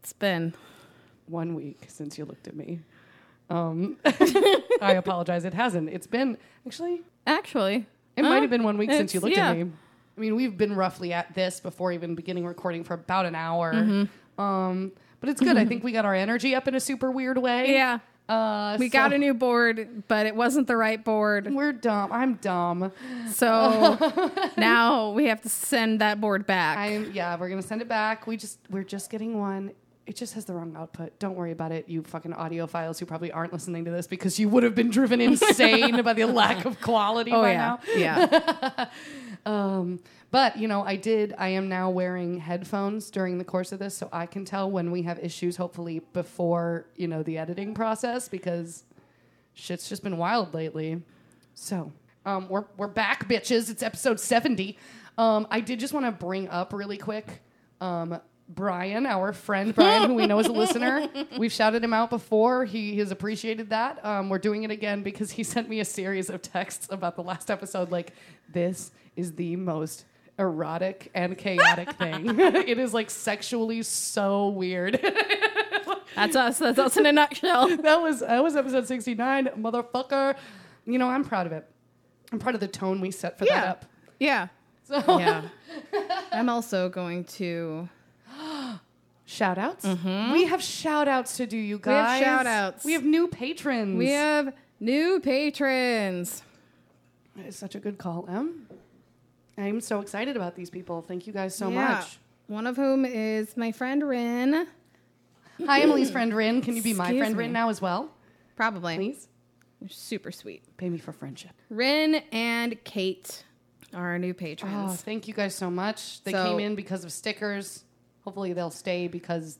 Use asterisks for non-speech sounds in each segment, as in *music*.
It's been. one week since you looked at me. *laughs* Um, I apologize. It hasn't. It's been actually. Actually. It huh? might have been one week since It's- you looked at yeah. me. I mean, we've been roughly at this before even beginning recording for about an hour. Mm-hmm. Um, but it's good. I think we got our energy up in a super weird way. Yeah. Uh, We so got a new board, but it wasn't the right *laughs* board. We're dumb. I'm dumb. So now we have to send that board back. I'm yeah. We're gonna send it back. We just we're just getting one. It just has the wrong output. Don't worry about it, you fucking audiophiles who probably aren't listening to this because you would have been driven *laughs* insane by the lack of quality oh by yeah. now. Yeah. *laughs* Um, but you know, I did. I am now wearing headphones during the course of this, so I can tell when we have issues. Hopefully, before you know the editing process, because shit's just been wild lately. So um, we're we're back, bitches. It's episode seventy. Um, I did just want to bring up really quick. Um, Brian, our friend Brian, who we know is a listener, we've shouted him out before. He has appreciated that. Um, we're doing it again because he *laughs* sent me a series of texts about the last episode. Like, this is the most erotic and chaotic thing. *laughs* it is like sexually so weird. *laughs* That's us. That's us in a nutshell. that was that was episode 69 motherfucker you know i'm proud of it i'm proud of the tone we set for that Yeah. up Yeah. so Yeah. *laughs* I'm also going to shout outs we have shout outs to do you guys Mm-hmm. shout-outs. we have new patrons We have new patrons. it's such a good call em i'm so excited about these people thank you guys so Yeah. *laughs* much One of whom is my friend Rin. hi emily's friend rin can you be my Excuse friend me. rin now as well Probably. please They're Super sweet. pay me for friendship Rin and Kate are our new oh patrons. thank you guys so much they So- came in because of stickers hopefully they'll stay because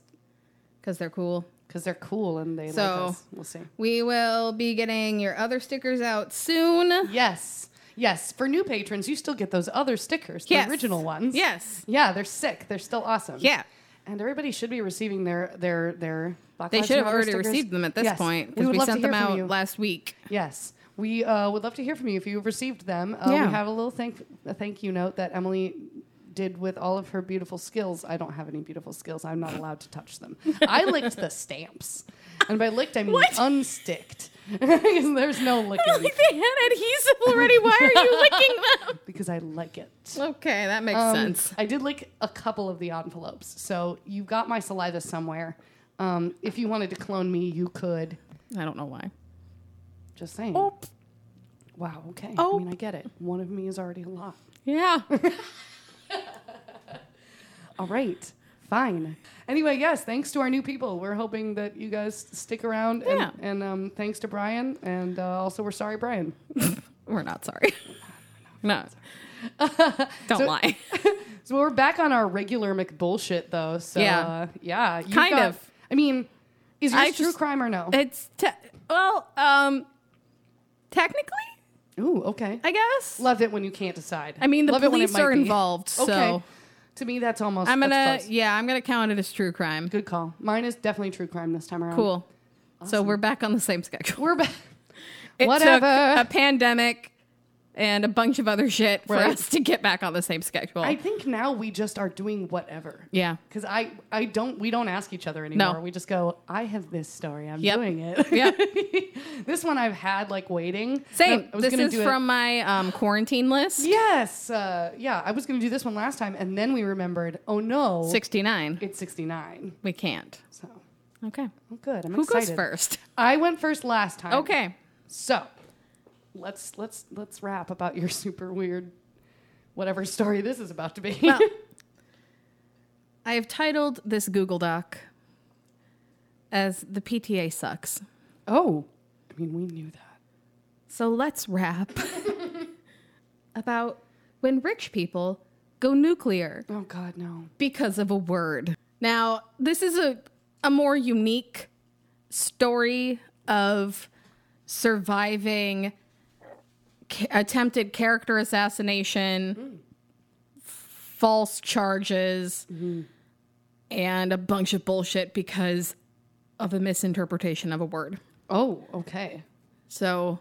Because they're cool. because they're cool and they So- like us we'll see We will be getting your other stickers out soon. Yes. Yes. For new patrons, you still get those other stickers, the Yes. original ones. Yes. Yeah, they're sick. They're still awesome. Yeah. And everybody should be receiving their their their. Black They Lives should have Matter already stickers. received them at this Yes. point We because would we, love sent to them hear from out you. last *laughs* week. Yes. We uh, would love to hear from you if you've received them. Uh, Yeah. We have a little thank a thank you note that Emily did with all of her beautiful skills. I don't have any beautiful skills. I'm not allowed to touch them. I licked the stamps, and by licked I mean What? unsticked. *laughs* There's no *laughs* licking they had adhesive already. Why are *laughs* you licking them? because I like it. Okay, that makes Um, sense. I did lick a couple of the envelopes, so you got my saliva somewhere. Um, if you wanted to clone me, you could. I don't know why. Just saying. Oh, Wow. Okay. I Oh. mean, I get it. One of me is already a lot. yeah. All right. Fine. Anyway, yes. Thanks to our new people. We're hoping that you guys stick around. Yeah. And, and um, thanks to Brian. And uh, also, we're sorry, Brian. *laughs* We're not sorry. *laughs* No. Don't lie. So we're back on our regular McBullshit, though. So Yeah. uh, yeah. you Kind got- of. I mean, is I this true just- crime or no? *laughs* It's te- well, um, technically, Ooh. Okay. I guess. Love it when you can't decide. I mean, the Love it when it police might are be. *laughs* involved, so to me, that's almost. I'm gonna, that's close. yeah, I'm gonna count it as true crime. Good call. Mine is definitely true crime this time around. Cool. So we're back on the same schedule. *laughs* We're back. It Whatever. took a pandemic and a bunch of other shit for Right. us to get back on the same schedule. I think now we just are doing whatever. *laughs* yeah. Because I, I don't. We don't ask each other anymore. No. We just go. I have this story. I'm Yep. doing it. *laughs* Yep. this one I've had like waiting. Same. I was This gonna is do it- from my um, quarantine list. Yes. Uh, yeah. I was going to do this one last time, and then we remembered. Oh no. 69. It's sixty nine. We can't. So Okay. well, good. I'm Who excited. goes first? I went first last time. Okay. So let's let's let's rap about your *laughs* super weird whatever story this is about to be. Well, I have titled this Google Doc as The PTA Sucks. *laughs* oh, I mean we knew that. So let's wrap *laughs* about when rich people go nuclear Oh god, no. because of a word. Now, this is a, a more unique story of surviving ca- attempted character assassination, false charges, and a bunch of bullshit because of a misinterpretation of a word. Oh, okay. *laughs* So,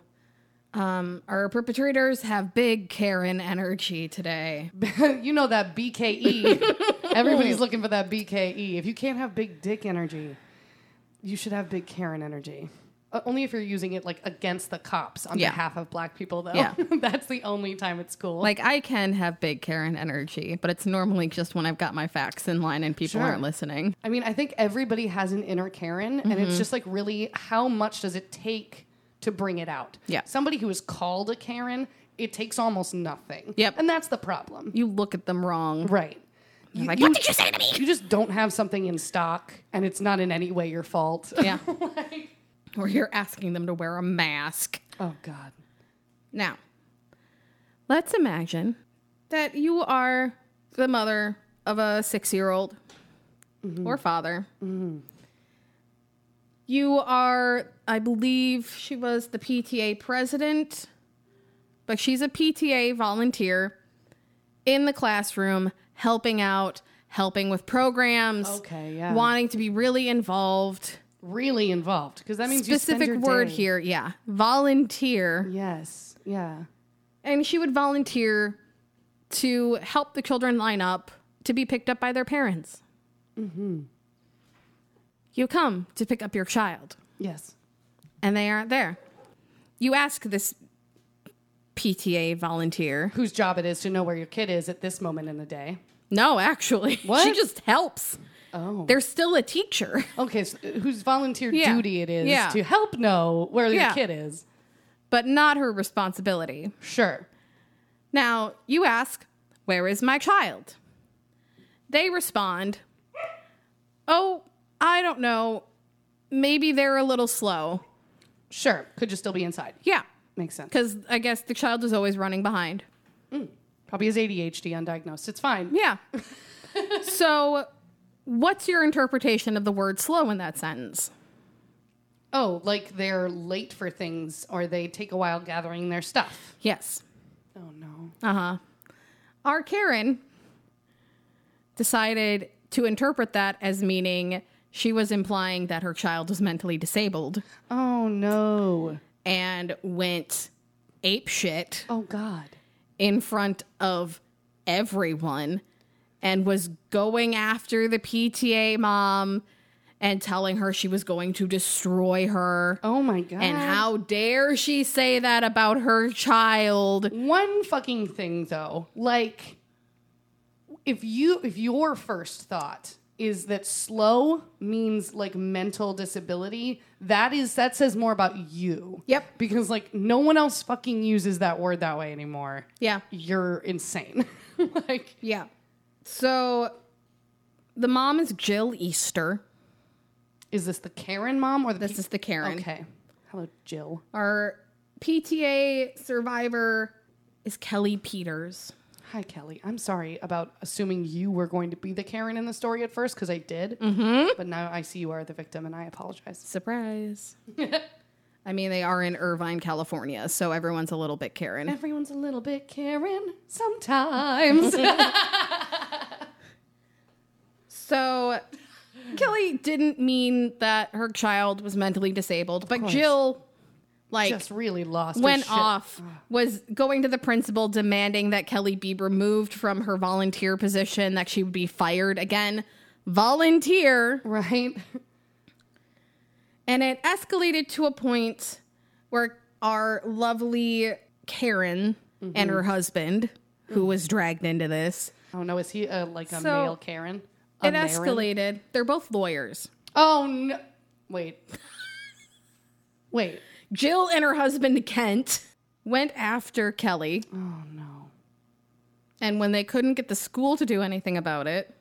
um, our perpetrators have big Karen energy today. you know that BKE E. Everybody's looking for that BKE. If you can't have big dick energy, you should have big Karen energy. Uh, only if you're using it like against the cops on Yeah. behalf of black people, though. Yeah. *laughs* That's the only time it's cool. Like I can have big Karen energy, but it's normally just when I've got my facts in line and people Sure. aren't listening. I mean, I think everybody has an inner Karen, and Mm-hmm. it's just like really how much does it take to bring it out? Yeah. Somebody who is called a Karen, it takes almost nothing. Yep. And that's the problem. You look at *laughs* them wrong. Right. You're like, what did you say to me? You just don't have something in stock, and it's not in any way your fault. *laughs* Yeah. or you're asking them to wear a mask. oh, God. Now, let's imagine that you are the mother of a six year old or father. You are, I believe she was the PTA president, but she's a PTA volunteer in the classroom helping out, helping with programs, Okay, yeah. wanting to be really involved. Really involved, because that means you Specific spend your word day- here, yeah. Volunteer. Yes. Yeah. and she would volunteer to help the children line up to be picked up by their parents. Mm-hmm. You come to pick up your child, Yes. and they aren't there. You ask this PTA volunteer. Whose job it is to know where your kid is at this moment in the day. No, actually, *laughs* she What? just helps. Oh. They're still a teacher. Okay, so uh, whose volunteer Yeah. duty it is Yeah. to help know where your Yeah. kid is. but not her responsibility. Sure. Now, you ask, Where is my child? They respond, Oh, I don't know. Maybe they're a little slow. Sure. Could just still be inside. Yeah, Makes sense. because I guess the child is always running behind. Probably has ADHD undiagnosed. It's fine. Yeah. so, what's your interpretation of the word slow in that sentence? Oh, like they're late for things or they take a while gathering their stuff. Yes. Oh, no. Uh huh. Our Karen decided to interpret that as meaning she was implying that her child was mentally disabled. Oh, no. and went ape shit Oh, God. in front of everyone and was going after the PTA mom and telling her she was going to destroy her. Oh, my God. And how dare she say that about her child? One fucking thing, though. Like, if you if your first thought is that slow means like mental disability that is that says more about you Yep. because like no one else fucking uses that word that way anymore Yeah. you're insane *laughs* like Yeah. So the mom is Jill Easter. is this the karen mom or the This is the Karen. okay hello jill Our PTA survivor is Kelly Peters. hi kelly i'm sorry about assuming you were going to be the karen in the story at first because i did but now i see you are the victim and i apologize Surprise. *laughs* I mean, they are in Irvine, California, so everyone's a little bit Karen. Everyone's a little bit Karen *laughs* sometimes. So Kelly didn't mean that her child was mentally disabled, but course. Jill, like, Just really lost. her went shit. off, was going to the principal demanding that Kelly be removed from her volunteer position, that she would be fired again. Volunteer. *laughs* Right? And it escalated to a point where our lovely Karen and her husband, who was dragged into this, Oh no, is he uh, like a So, male Karen? A it Maren? escalated. They're both lawyers. Oh no! *laughs* Wait, wait. Jill and her husband Kent went after Kelly, Oh no! and when they couldn't get the school to do anything about it,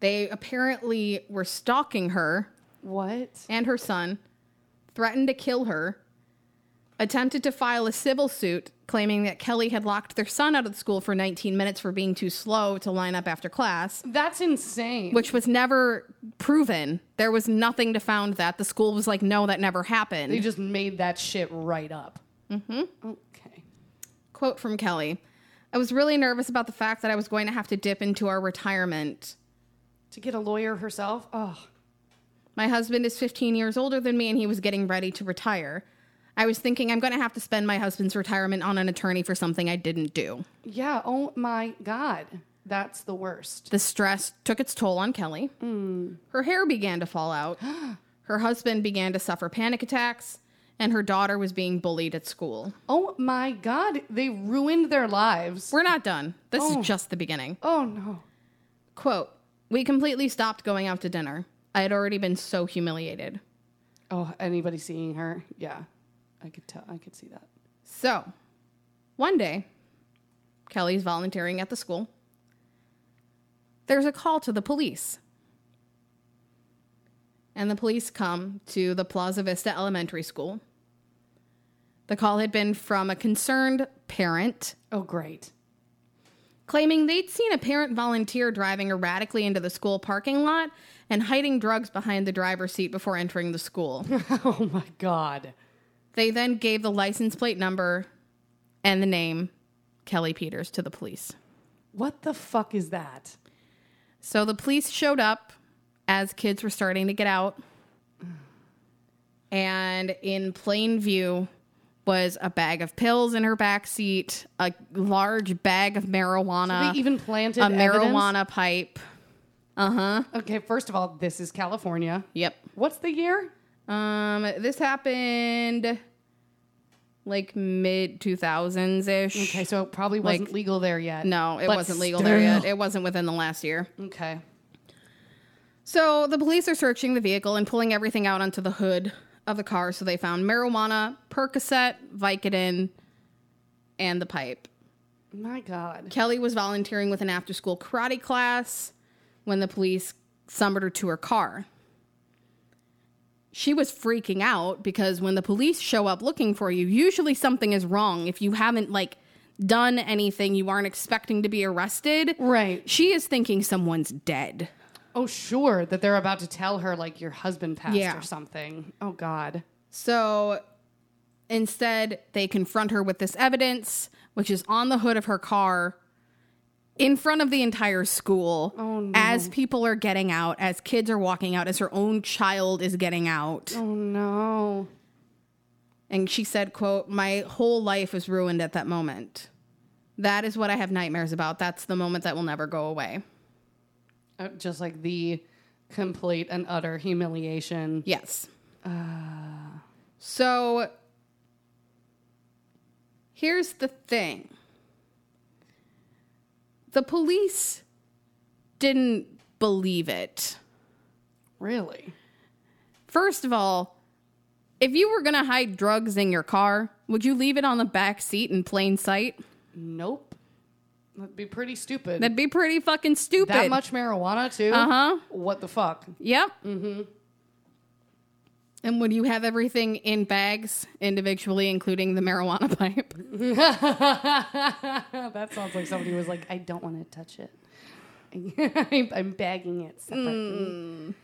they apparently were stalking her What? and her son, threatened to kill her, attempted to file a civil suit claiming that Kelly had locked their son out of the school for 19 minutes for being too slow to line up after class, That's insane. which was never proven. There was nothing to found that. The school was like, no, that never happened. They just made that shit right up. Mm-hmm. Okay. Quote from Kelly I was really nervous about the fact that I was going to have to dip into our retirement. To get a lawyer herself. Oh, My husband is 15 years older than me and he was getting ready to retire. I was thinking I'm going to have to spend my husband's retirement on an attorney for something I didn't do. yeah. Oh my god. That's the worst. The stress took its toll on Kelly. Her hair began to fall out. her husband began to suffer panic attacks, and her daughter was being bullied at school. Oh my God. They ruined their lives. We're not done. This is just the beginning. oh no. Quote We completely stopped going out to dinner. I had already been so humiliated. Oh, anybody seeing her? Yeah. I could tell. I could see that. So, one day, Kelly's volunteering at the school. There's a call to the police. And the police come to the Plaza Vista Elementary School. The call had been from a concerned parent Oh, great. claiming they'd seen a parent volunteer driving erratically into the school parking lot and hiding drugs behind the driver's seat before entering the school. *laughs* oh my God. They then gave the license plate number and the name Kelly Peters to the police. What the fuck is that? So the police showed up as kids were starting to get out. And in plain view was a bag of pills in her back seat, a large bag of marijuana, they even planted Uh, a evidence? marijuana pipe. Okay, first of all, this is California. Yep. What's the year? Um, this happened like mid 2000s ish. Okay, so it probably wasn't Like- legal there yet. No, it But wasn't legal there yet. still. It wasn't within the last year. Okay. So the police are searching the vehicle and pulling everything out onto the hood of the car. So they found marijuana, Percocet, Vicodin, and the pipe. My God. Kelly was volunteering with an after school karate class when the police summoned her to her car. She was freaking out because when the police show up looking for you, usually something is wrong. If you haven't like done anything, you aren't expecting to be arrested. Right. She is thinking someone's dead. Oh, sure, that they're about to tell her, like, your husband passed Yeah. or something. Oh, God. So instead, they confront her with this evidence, which is on the hood of her car in front of the entire school as people are getting out, as kids are walking out, as her own child is getting out. Oh, no. And she said, quote, "My whole life was ruined at that moment. That is what I have nightmares about. That's the moment that will never go away." Uh, Just like the complete and utter humiliation. Yes. Uh. so here's the thing the police didn't believe it. Really? First of all, if you were going to hide drugs in your car, would you leave it on the back seat in plain sight? Nope. That'd be pretty stupid. That'd be pretty fucking stupid. that much marijuana, too? Uh huh. What the fuck? Yep. Mm-hmm. And would you have everything in bags individually, including the marijuana pipe? *laughs* that sounds like somebody was like, I don't want to touch it. *laughs* I'm I'm bagging it separately. Mm.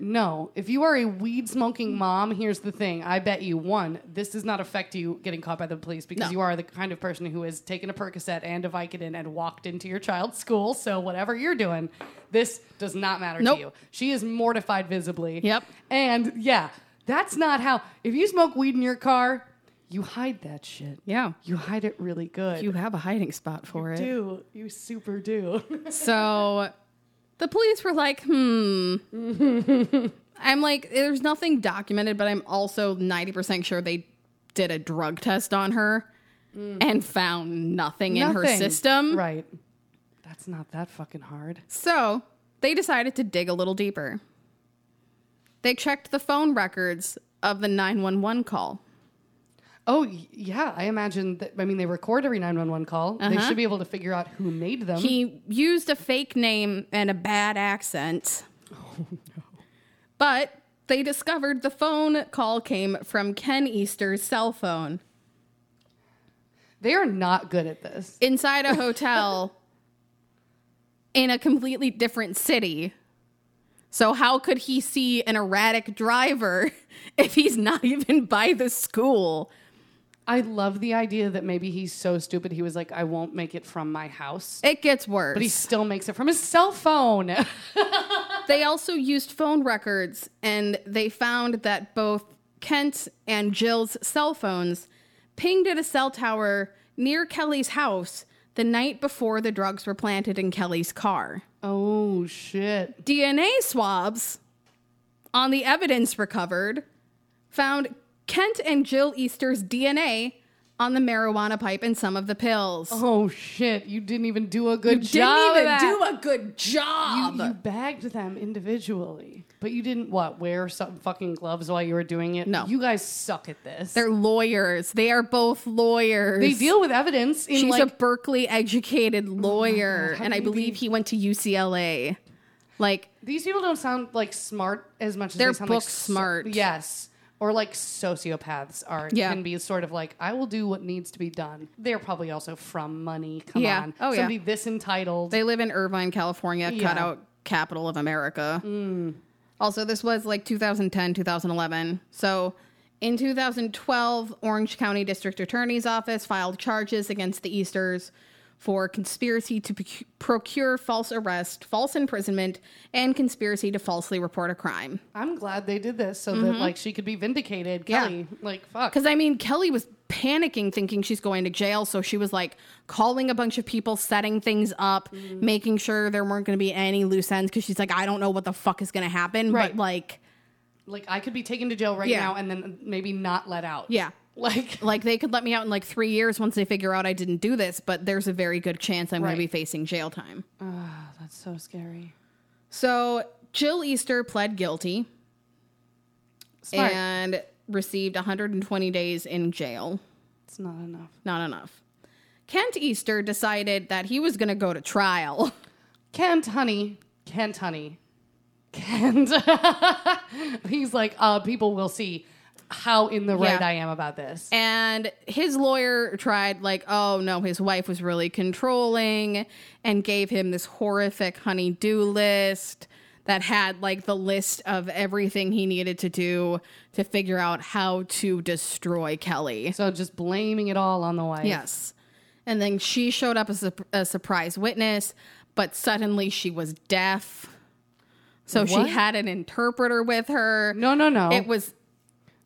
No, if you are a weed smoking mom, here's the thing. I bet you one, this does not affect you getting caught by the police because No. you are the kind of person who has taken a Percocet and a Vicodin and walked into your child's school. So whatever you're doing, this does not matter Nope. to you. She is mortified visibly. Yep. And yeah, that's not how. If you smoke weed in your car, you hide that shit. Yeah. You hide it really good. You have a hiding spot for it. do. You super *laughs* do. So the police were like, hmm. I'm like, there's nothing documented, but I'm also 90% sure they did a drug test on her and found nothing, in her system. Mm. Right. That's not that fucking hard. So they decided to dig a little deeper. They checked the phone records of the 911 call. Oh, y- yeah. I imagine that. I mean, they record every 911 call. They should be able to figure out who made them. Uh-huh. He used a fake name and a bad accent. Oh, no. But they discovered the phone call came from Ken Easter's cell phone they are not good at this. inside a hotel in a completely different city. So, how could he see an erratic driver *laughs* if he's not even by the school? I love the idea that maybe he's so stupid he was like, I won't make it from my house. It gets worse. But he still makes it from his cell phone. *laughs* They also used phone records and they found that both Kent and Jill's cell phones pinged at a cell tower near Kelly's house the night before the drugs were planted in Kelly's car. Oh shit. DNA swabs on the evidence recovered found Kent and Jill Easter's DNA on the marijuana pipe and some of the pills. Oh shit. You didn't even do a good Didn't job. of even that. do a good job. You, you bagged them individually, but you didn't what wear some fucking gloves while you were doing it. No. you guys suck at this. They're lawyers. They are both lawyers. they deal with evidence in She's like Oh a Berkeley educated lawyer, how and I can you believe he went to UCLA. Like, these people don't sound like smart as much as They're they sound book like so- smart. yes, or like sociopaths are Yeah. can be sort of like I will do what needs to be done. They're probably also from money. Come Yeah. on, Oh, yeah. somebody this entitled. they live in Irvine, California, Yeah. Mm. cut out capital of America. Also, this was like 2010, 2011. So, in 2012, Orange County District Attorney's Office filed charges against the Easters for conspiracy to proc- procure false arrest, false imprisonment, and conspiracy to falsely report a crime. I'm glad they did this so that like she could be vindicated. Mm-hmm. Yeah. Kelly, like fuck. Because I mean, Kelly was panicking, thinking she's going to jail. So she was like calling a bunch of people, setting things up, Mm-hmm. making sure there weren't going to be any loose ends. Because she's like, I don't know what the fuck is going to happen. Right. But like, Like I could be taken to jail right Yeah. now and then maybe not let out. yeah, *laughs* Like like they could let me out in like three years once they figure out I didn't do this. But there's a very good chance I'm going Right. to be facing jail time. Ah, that's so scary. So Jill Easter pled guilty Smart. and received 120 days in jail. it's not enough. Not enough. Kent Easter decided that he was going to go to trial. *laughs* Kent, honey. Kent, honey. Kent. *laughs* He's like, uh, people will see how in the right Yeah. I am about this. And his lawyer tried, like, oh no, his wife was really controlling and gave him this horrific honey-do list that had like the list of everything he needed to do to figure out how to destroy Kelly. so just blaming it all on the wife. Yes. And then she showed up as a, a surprise witness, but suddenly she was deaf. So What? she had an interpreter with her. No, no, no. It was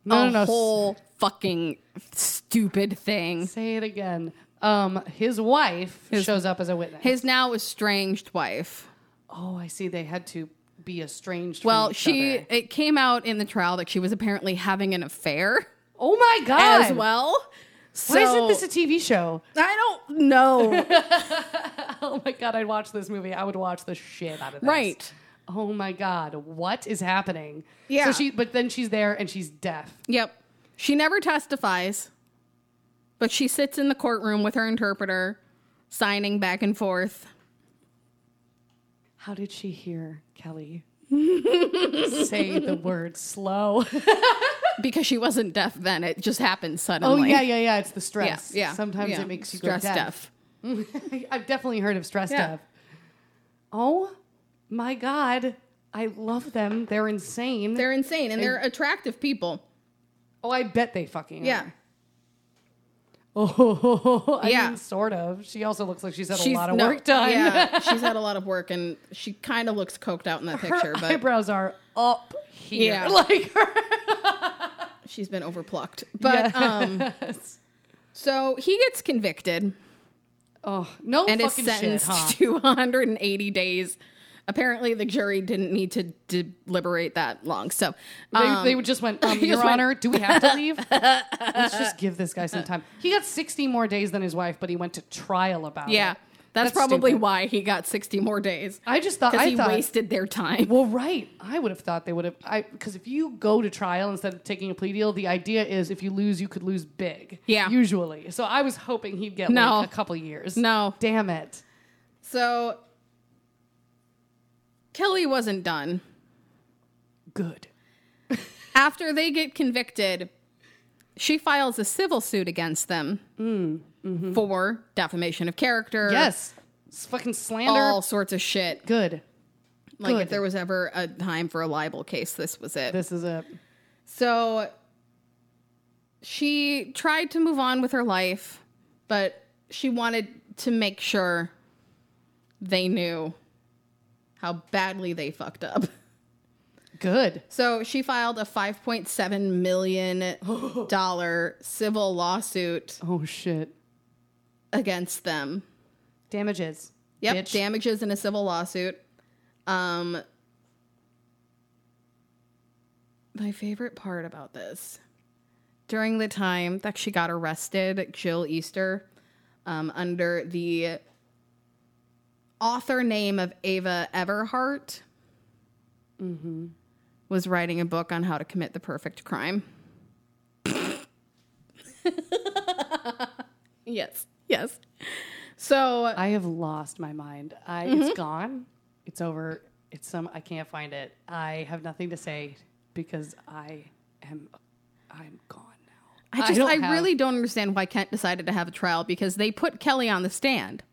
no, a no, no. S- whole fucking stupid thing. Say it again. Um, his wife shows up as a witness. his now estranged wife. oh, I see. They had to be estranged. from Well, each she other. it came out in the trial that she was apparently having an affair Oh my god. as well. So Why isn't this a TV show? *laughs* I don't know. Oh my god, I'd watch this movie. I would watch the shit out of this. *laughs* Right. Oh my god, what is happening? Yeah. So she but then she's there and she's deaf. yep. She never testifies, but she sits in the courtroom with her interpreter, signing back and forth. How did she hear *laughs* Kelly say the word slow? Because she wasn't deaf then, it just happened Oh suddenly. yeah, yeah, yeah. It's the Yeah, stress. yeah. Sometimes yeah. it makes you stress go deaf. deaf. *laughs* I've definitely heard of stress Yeah. deaf. Oh my god. I love them. They're insane. They're insane and they're attractive people. oh, I bet they fucking Yeah. are. *laughs* Oh, I Yeah. mean, sort of. She also looks like she's had She's a lot of no- work done. *laughs* Yeah, she's had a lot of work, and she kind of looks coked out in that her picture, but eyebrows are up here. Yeah. *laughs* Like her. she's been overplucked. But um, so he gets convicted Oh, no and is fucking shit, sentenced huh? to *laughs* 180 days. Apparently, the jury didn't need to deliberate that long. So, They, um, they just went, *laughs* um, he Your just went- Honor, do we have to *laughs* leave? Let's just give this guy some time. He got 60 more days than his wife, but he went to trial about it. yeah, that's, That's probably stupid. why he got 60 more days I just thought, because I he thought, wasted their time. well, right. I would have thought they would have, I because if you go to trial instead of taking a plea deal, the idea is if you lose, you could lose big. Yeah. Usually. So I was hoping he'd get No. like a couple years. No. Damn it. So, Kelly wasn't done. Good. After they get convicted, she files a civil suit against them for defamation of character. Mm, mm-hmm. Yes. It's fucking slander. All sorts of shit. Good. Like, Good. if there was ever a time for a libel case, this was it. This is a So she tried to move on with her life, but she wanted to make sure they knew how badly they fucked up. *laughs* good. So she filed a $5.7 *gasps* million civil lawsuit Oh shit. against them Damages. Yep, bitch. damages in a civil lawsuit. Um, my favorite part about this during the time that she got arrested, Jill Easter, um, under the author name of Ava Everhart, was writing a book on how to commit the perfect crime. yes, yes. So I have lost my mind. I Mm-hmm. it's gone. It's over. It's some I can't find it. I have nothing to say because I am I'm gone now. I I just, don't I, have- really don't understand why Kent decided to have a trial because they put Kelly on the stand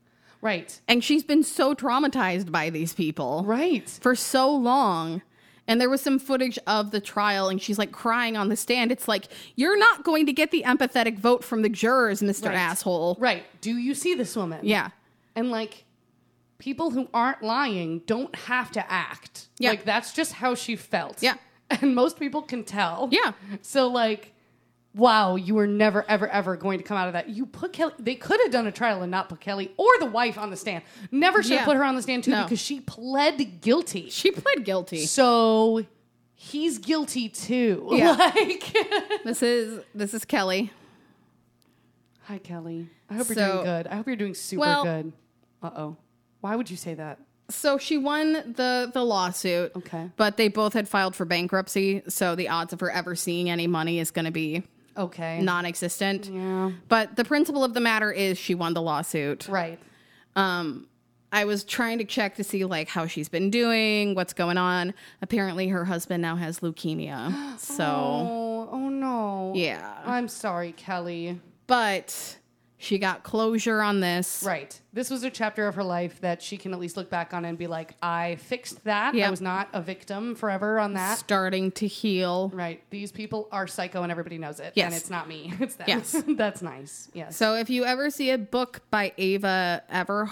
Right. and she's been so traumatized by these people Right. for so long. And there was some footage of the trial and she's like crying on the stand. It's like, you're not going to get the empathetic vote from the jurors, Mr. Right. Asshole. Right. Do you see this woman? Yeah. And like people who aren't lying don't have to act. Yeah. Like that's just how she felt. Yeah. And most people can tell. Yeah. So like Wow, you were never, ever, ever going to come out of that. You put Kelly. They could have done a trial and not put Kelly or the wife on the stand. Never should have Yeah. put her on the stand too No. because she pled guilty. She pled guilty. So he's guilty too. Yeah. *laughs* Like, this is this is Kelly. hi Kelly. I hope you're So- doing good. I hope you're doing super Well- good. Uh oh. Why would you say that? So she won the the lawsuit. Okay. But they both had filed for bankruptcy, so the odds of her ever seeing any money is going to be Okay. non-existent. Yeah. But the principle of the matter is she won the lawsuit. Right. Um, I was trying to check to see like how she's been doing, what's going on. Apparently, her husband now has leukemia. So Oh, oh no. yeah, I'm sorry, Kelly. but she got closure on this. Right. This was a chapter of her life that she can at least look back on and be like, I fixed that. I Yep. was not a victim forever on that. Starting to heal. Right. These people are psycho and everybody knows it. And Yes. it's not me. *laughs* It's them. Yes. That's nice. Yes. So if you ever see a book by Ava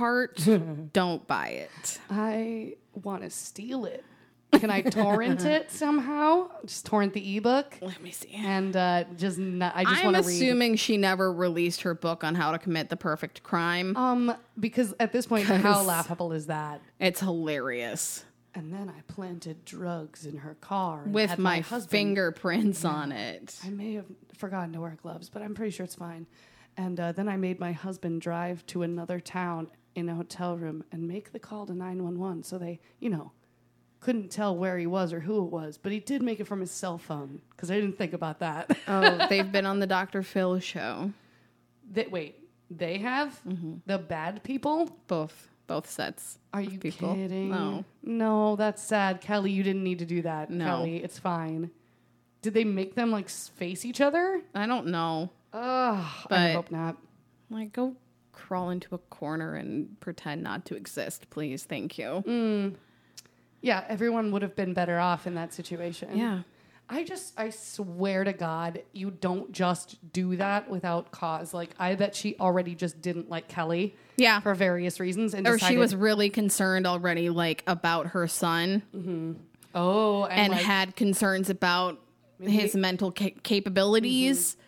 Everhart, don't buy it. I want to steal it. Can I *laughs* torrent it somehow? Just torrent the ebook Let me see. and uh, just not, I just Oh, I'm want to read. assuming she never released her book on how to commit the perfect crime. Um, because at this point, how laughable is that? It's hilarious. And then I planted drugs in her car and with had my, husband. fingerprints on it. I may have forgotten to wear gloves, but I'm pretty sure it's fine. And uh, then I made my husband drive to another town in a hotel room and make the call to 911 so they, you know, couldn't tell where he was or who it was, but he did make it from his cell phone because I didn't think about that. *laughs* Oh, *laughs* they've been on the Dr. Phil show. That wait, they have the bad people? Both both sets. Mm-hmm. Are you people. kidding? No. No, that's sad. Kelly, you didn't need to do that. No. Kelly, it's fine. Did they make them like s- face each other? I don't know. Ugh, I But- hope not. Like go crawl into a corner and pretend not to exist, please. Thank you. Mm. Mm. Yeah, everyone would have been better off in that situation. Yeah. I just, I swear to God, you don't just do that without cause. Like, I bet she already just didn't like Kelly Yeah. for various reasons. And or decided, she was really concerned already like about her son oh, and, and like, had concerns about his mental ca- capabilities Mm-hmm.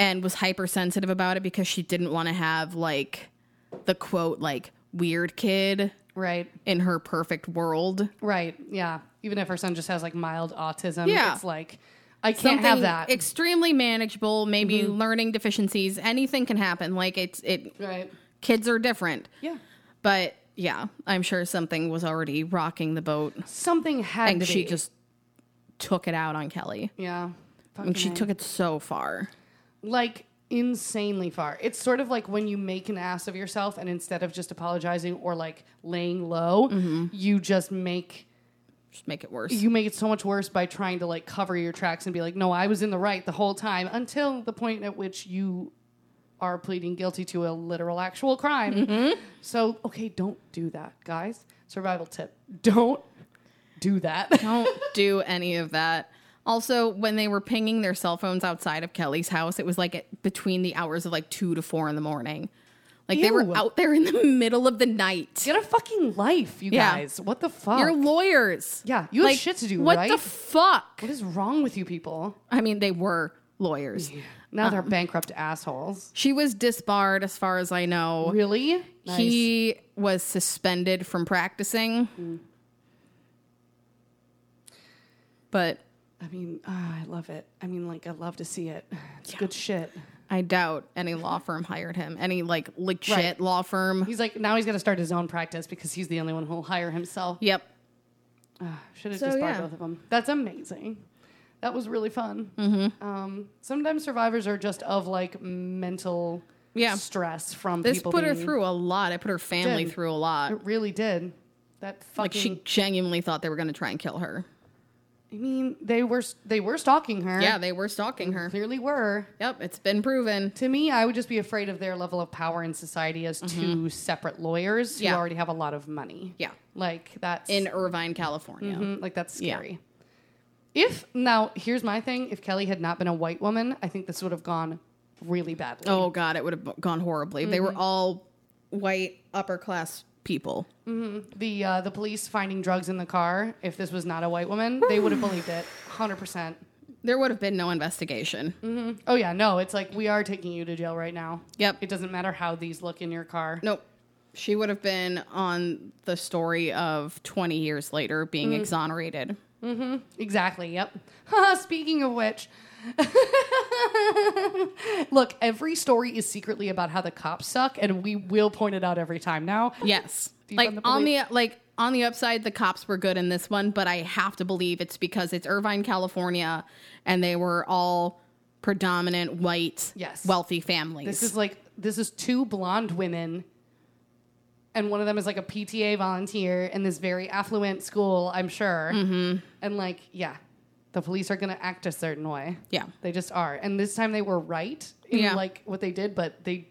and was hypersensitive about it because she didn't want to have like the quote like weird kid right. in her perfect world. Right. Yeah. Even if her son just has like mild autism, Yeah. it's like I can't have that. Mm-hmm. extremely manageable, maybe learning deficiencies, anything can happen. Like it's it right. kids are different. Yeah. But yeah, I'm sure something was already rocking the boat Something had and to she be. just took it out on Kelly. yeah. Fucking And she A. took it so far. like insanely far. It's sort of like when you make an ass of yourself and instead of just apologizing or like laying low, Mm-hmm. you just make Just make it worse. you make it so much worse by trying to like cover your tracks and be like, "No, I was in the right the whole time," until the point at which you are pleading guilty to a literal actual crime. Mm-hmm. So, okay, don't do that, guys. Survival tip: Don't do that. Don't do any of that. Also, when they were pinging their cell phones outside of Kelly's house, it was like at, between the hours of like two to four in the morning. Like they Ew. were out there in the middle of the night. *laughs* Get a fucking life, you Yeah. guys. What the fuck? You're lawyers. Yeah, you have shit to do, what right? the fuck? what is wrong with you people? I mean, they were lawyers. Now they're Um, bankrupt assholes. She was disbarred, as far as I know. Really? He was suspended from practicing. But I mean, ah, I love it. I mean, like, I love to see it. It's good shit. I doubt any law firm hired him. Any like legit Right. law firm. He's like, now he's got to start his own practice because he's the only one who'll hire himself. yep. Should have So, just bought yeah. both of them. That's amazing. That was really fun. Mm-hmm. Um, sometimes survivors are just of like mental Yeah. stress from This people. put her being- through a lot. It put her family did. through a lot. It really did. That fucking. Like she genuinely thought they were going to try and kill her. I mean, they were they were stalking her. Yeah, they were stalking her. clearly were. Yep, it's been proven. To me, I would just be afraid of their level of power in society as two separate lawyers who Mm-hmm. Yeah. already have a lot of money. Yeah, Like that's in Irvine, California. Mhm, like that's Yeah. scary. If now here's my thing: if Kelly had not been a white woman, I think this would have gone really badly. Oh god, it would have gone horribly. They Mm-hmm. were all white upper class people. The uh, the police finding drugs in the car. If this was not a white woman, they would have believed it, hundred percent. There would have been no investigation. Oh yeah, no, it's like we are taking you to jail right now. Yep. It doesn't matter how these look in your car. Nope. She would have been on the story of 20 years later being Mm-hmm. exonerated. Exactly. Yep. *laughs* Speaking of which, *laughs* look, every story is secretly about how the cops suck, and we will point it out every time now. Yes. you Like find the on the like on the upside the cops were good in this one, but I have to believe it's because it's Irvine, California and they were all predominant white Yes. wealthy families. This is like this is two blonde women, and one of them is like a PTA volunteer in this very affluent school, I'm sure. Mm-hmm. And like, yeah, the police are gonna act a certain way. Yeah. they just are. And this time they were right in Yeah. like what they did, but they.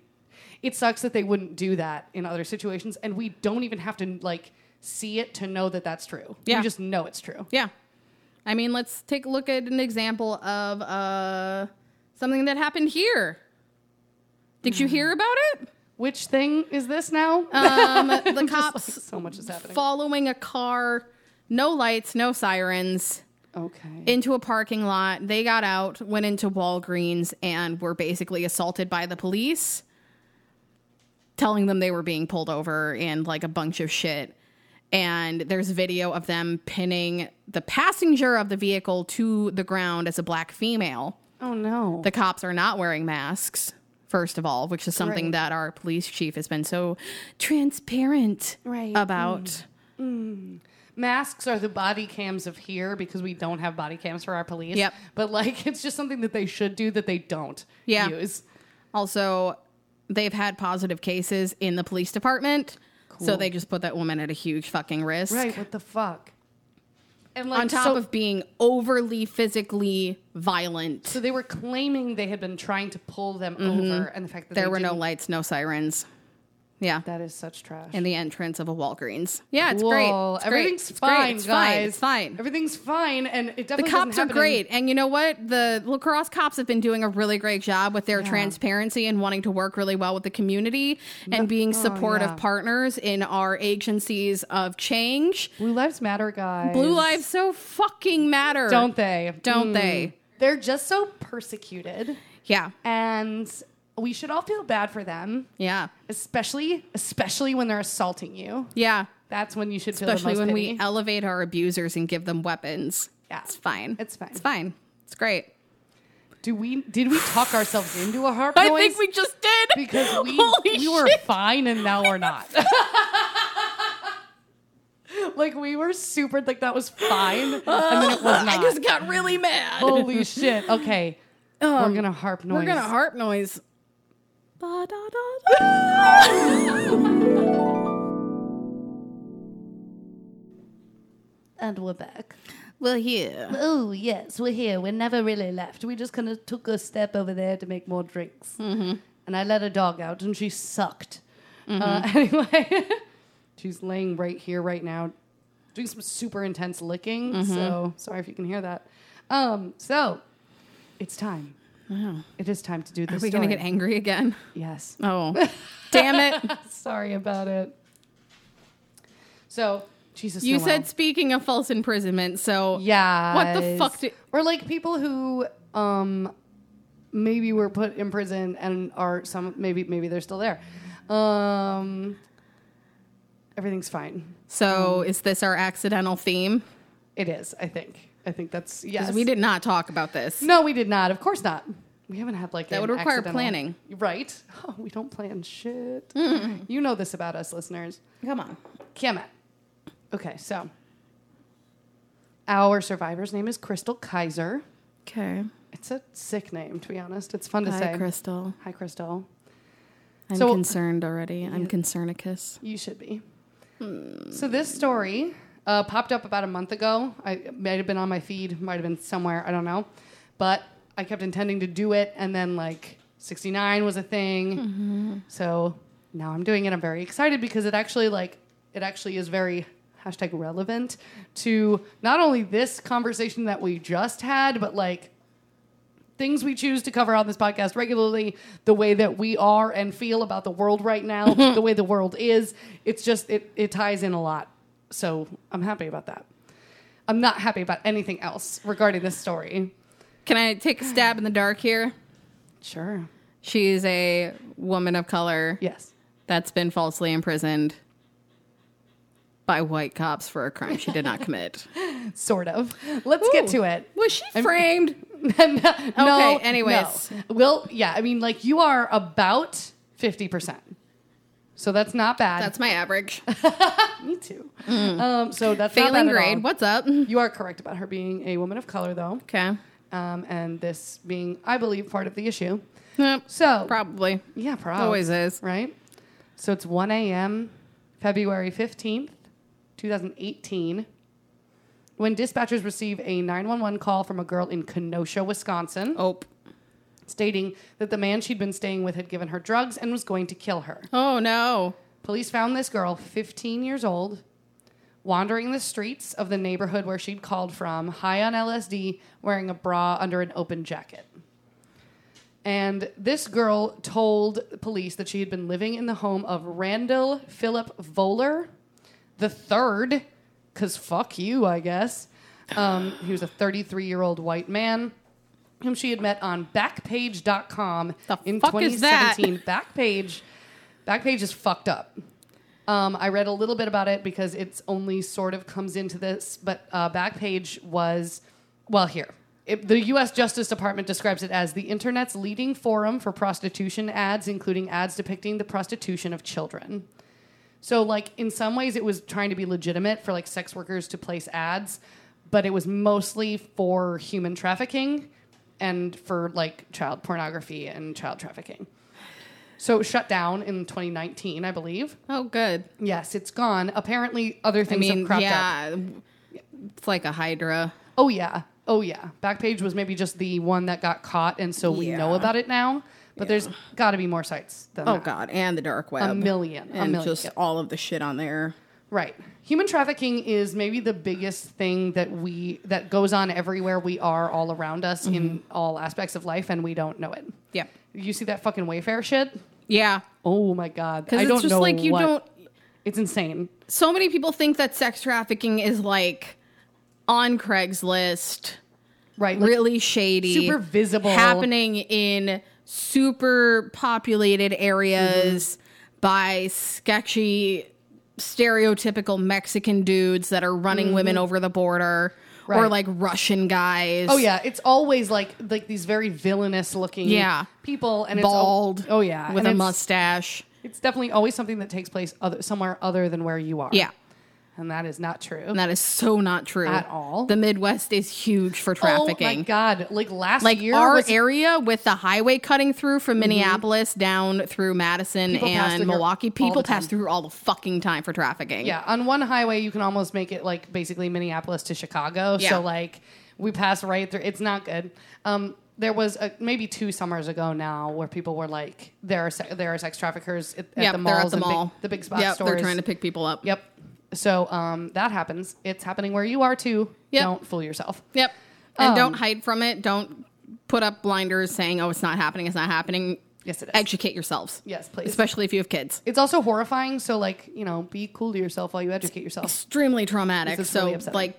It sucks that they wouldn't do that in other situations, and we don't even have to like see it to know that that's true. Yeah. we just know it's true. Yeah. I mean, let's take a look at an example of uh, something that happened here. Did you hear about *laughs* it? Which thing is this now? Um, the cops so much is happening. following a car, no lights, no sirens, okay. into a parking lot. They got out, went into Walgreens, and were basically assaulted by the police, telling them they were being pulled over and like a bunch of shit. And there's video of them pinning the passenger of the vehicle to the ground as a black female. oh no. The cops are not wearing masks, first of all, which is something Right. that our police chief has been so transparent Right. Mm. about. masks are the body cams of here because we don't have body cams for our police. Yep. But like, *laughs* it's just something that they should do that they don't Yeah. use. Also, they've had positive cases in the police department. So Cool. they just put that woman at a huge fucking risk. Right. What the fuck? And like, On top so, of being overly physically violent, so they were claiming they had been trying to pull them over, and the fact that Mm-hmm. there they were no didn't- lights, no sirens. Yeah. That is such trash. In the entrance of a Walgreens. Yeah, it's great. Cool. It's great. Everything's It's fine, great. It's guys. fine. It's fine. Everything's fine, and it definitely the cops doesn't are happen in- great. And you know what? The lacrosse cops have been doing a really great job with their Yeah. transparency and wanting to work really well with the community and being supportive Oh, yeah. partners in our agencies of change. Blue Lives Matter, guys. Blue lives so fucking matter. don't they? Mm. Don't they? They're just so persecuted, Yeah. and we should all feel bad for them. Yeah. especially especially when they're assaulting you. Yeah. That's when you should feel Especially the when most we pity. elevate our abusers and give them weapons. Yeah. It's fine. It's fine. It's fine. It's great. do we did we talk ourselves into a harp *laughs* I noise? think we just did. *laughs* because we Holy we were shit. fine and now we're not. *laughs* like we were super like that was fine and then it was I not. just got really mad. Holy shit. Okay. we're gonna harp noise. Um, We're gonna harp noise. Ba, da, da, da. and we're back. Well, yeah. Oh yes, we're here. We never really left. We just kind of took a step over there to make more drinks. Mm-hmm. And I let a dog out, and she sucked. Uh, *laughs* Mm-hmm. anyway, she's laying right here, right now, doing some super intense licking. Mm-hmm. So sorry if you can hear that. Um, so it's time. It is time to do Are this. we gonna story. get angry again? Yes. Oh, damn *laughs* it! sorry about it. So Jesus, You Noel. said speaking of false imprisonment, so Yeah. What the fuck do- or like people who um maybe were put in prison and are some maybe maybe they're still there. Um, everything's fine. So Um, is this our accidental theme? It is, I think. I think that's 'Cause yes. We did not talk about this. No, we did not. Of course not. We haven't had like That an would require accidental- planning. right? *laughs* Oh, we don't plan shit. You know this about us, listeners. Come on. Kim. Okay, so our survivor's name is Crystal Kaiser. Okay. It's a sick name, to be honest. It's fun to Hi, say. Crystal. Hi, Crystal. I'm So- concerned already. I'm concernicus. You should be. So this story uh, popped up about a month ago. I it might have been on my feed, might have been somewhere. I don't know, but I kept intending to do it, and then like '69 was a thing. So now I'm doing it. I'm very excited because it actually like it actually is very hashtag relevant to not only this conversation that we just had, but like things we choose to cover on this podcast regularly, the way that we are and feel about the world right now, Mm-hmm. the way the world is. It's just it it ties in a lot. So I'm happy about that. I'm not happy about anything else regarding this story. Can I take a stab in the dark here? Sure. She's a woman of color Yes. that's been falsely imprisoned by white cops for a crime she *laughs* did not commit. Sort of. Let's get to it. *laughs* Was she framed? no, no, anyways. no. Well, yeah, I mean, like you are about fifty percent, so that's not bad. That's *laughs* my average. me too. Um, so that's not Failing bad at all. grade. What's up? You are correct about her being a woman of color, though, Okay. um, and this being, I believe, part of the issue. Yep. So Probably. yeah, probably Always is. right. So it's one a.m. February fifteenth, two thousand eighteen. When dispatchers receive a 911 call from a girl in Kenosha, Wisconsin, Oh. stating that the man she'd been staying with had given her drugs and was going to kill her. Oh no. Police found this girl, 15 years old, wandering the streets of the neighborhood where she'd called from, high on LSD, wearing a bra under an open jacket. And this girl told police that she had been living in the home of Randall Philip Voller the third, because fuck you, I guess. Um, he was a 33 year old white man whom she had met on backpage.com The in fuck is that? 2017. Backpage. Backpage is fucked up. Um, I read a little bit about it because it's only sort of comes into this, but uh, Backpage was, well, here. It, the U.S. Justice Department describes it as the internet's leading forum for prostitution ads, including ads depicting the prostitution of children. So, like, in some ways, it was trying to be legitimate for like sex workers to place ads, but it was mostly for human trafficking and for like child pornography and child trafficking. So, it was shut down in 2019, I believe. Oh good. Yes, it's gone. Apparently, other I things have mean, cropped up. yeah. It's like a hydra. Oh yeah. Oh yeah. Backpage was maybe just the one that got caught, and so we Yeah. know about it now. But there's got to be more sites than Oh that. god, and the dark web. A million. a And million. just all of the shit on there. Right. Human trafficking is maybe the biggest thing that we that goes on everywhere we are all around us in Mm-hmm. all aspects of life and we don't know it. Yeah. You see that fucking Wayfair shit? Yeah. Oh my god. I Because don't it's just know like you what- don't It's insane. so many people think that sex trafficking is like on Craigslist, Right. Like, really shady, super visible. happening in super populated areas Mm-hmm. by sketchy, stereotypical Mexican dudes that are running women over the border or Mm-hmm. Right. like Russian guys. Oh yeah, it's always like like these very villainous looking Yeah. people and bald. It's, al- oh yeah, with and a it's- mustache. It's definitely always something that takes place other, somewhere other than where you are. Yeah. and that is not true. And that is so not true At all. The Midwest is huge for trafficking. Oh my god! Like last like year, our was- Mm-hmm. area with the highway cutting through from Minneapolis down through Madison People pass through and here Milwaukee, all people the pass time. through all the fucking time for trafficking. Yeah, on one highway you can almost make it like basically Minneapolis to Chicago. Yeah. So like we pass right through. It's not good. Um, there was a, maybe two summers ago now where people were like, there are se- there are sex traffickers at, at the Yep, they're malls, at and the big- mall. the big spot yep, stores. They're trying to pick people up. Yep. So um, that happens. It's happening where you are too. Yep. Don't fool yourself. Yep. And Um, don't hide from it. Don't put up blinders saying, oh, it's not happening. It's not happening. Yes, it is. Educate yourselves. Yes, please. Especially if you have kids. It's also horrifying. So like you know, be cool to yourself while you educate yourself. Extremely traumatic. This is So, really upsetting. like,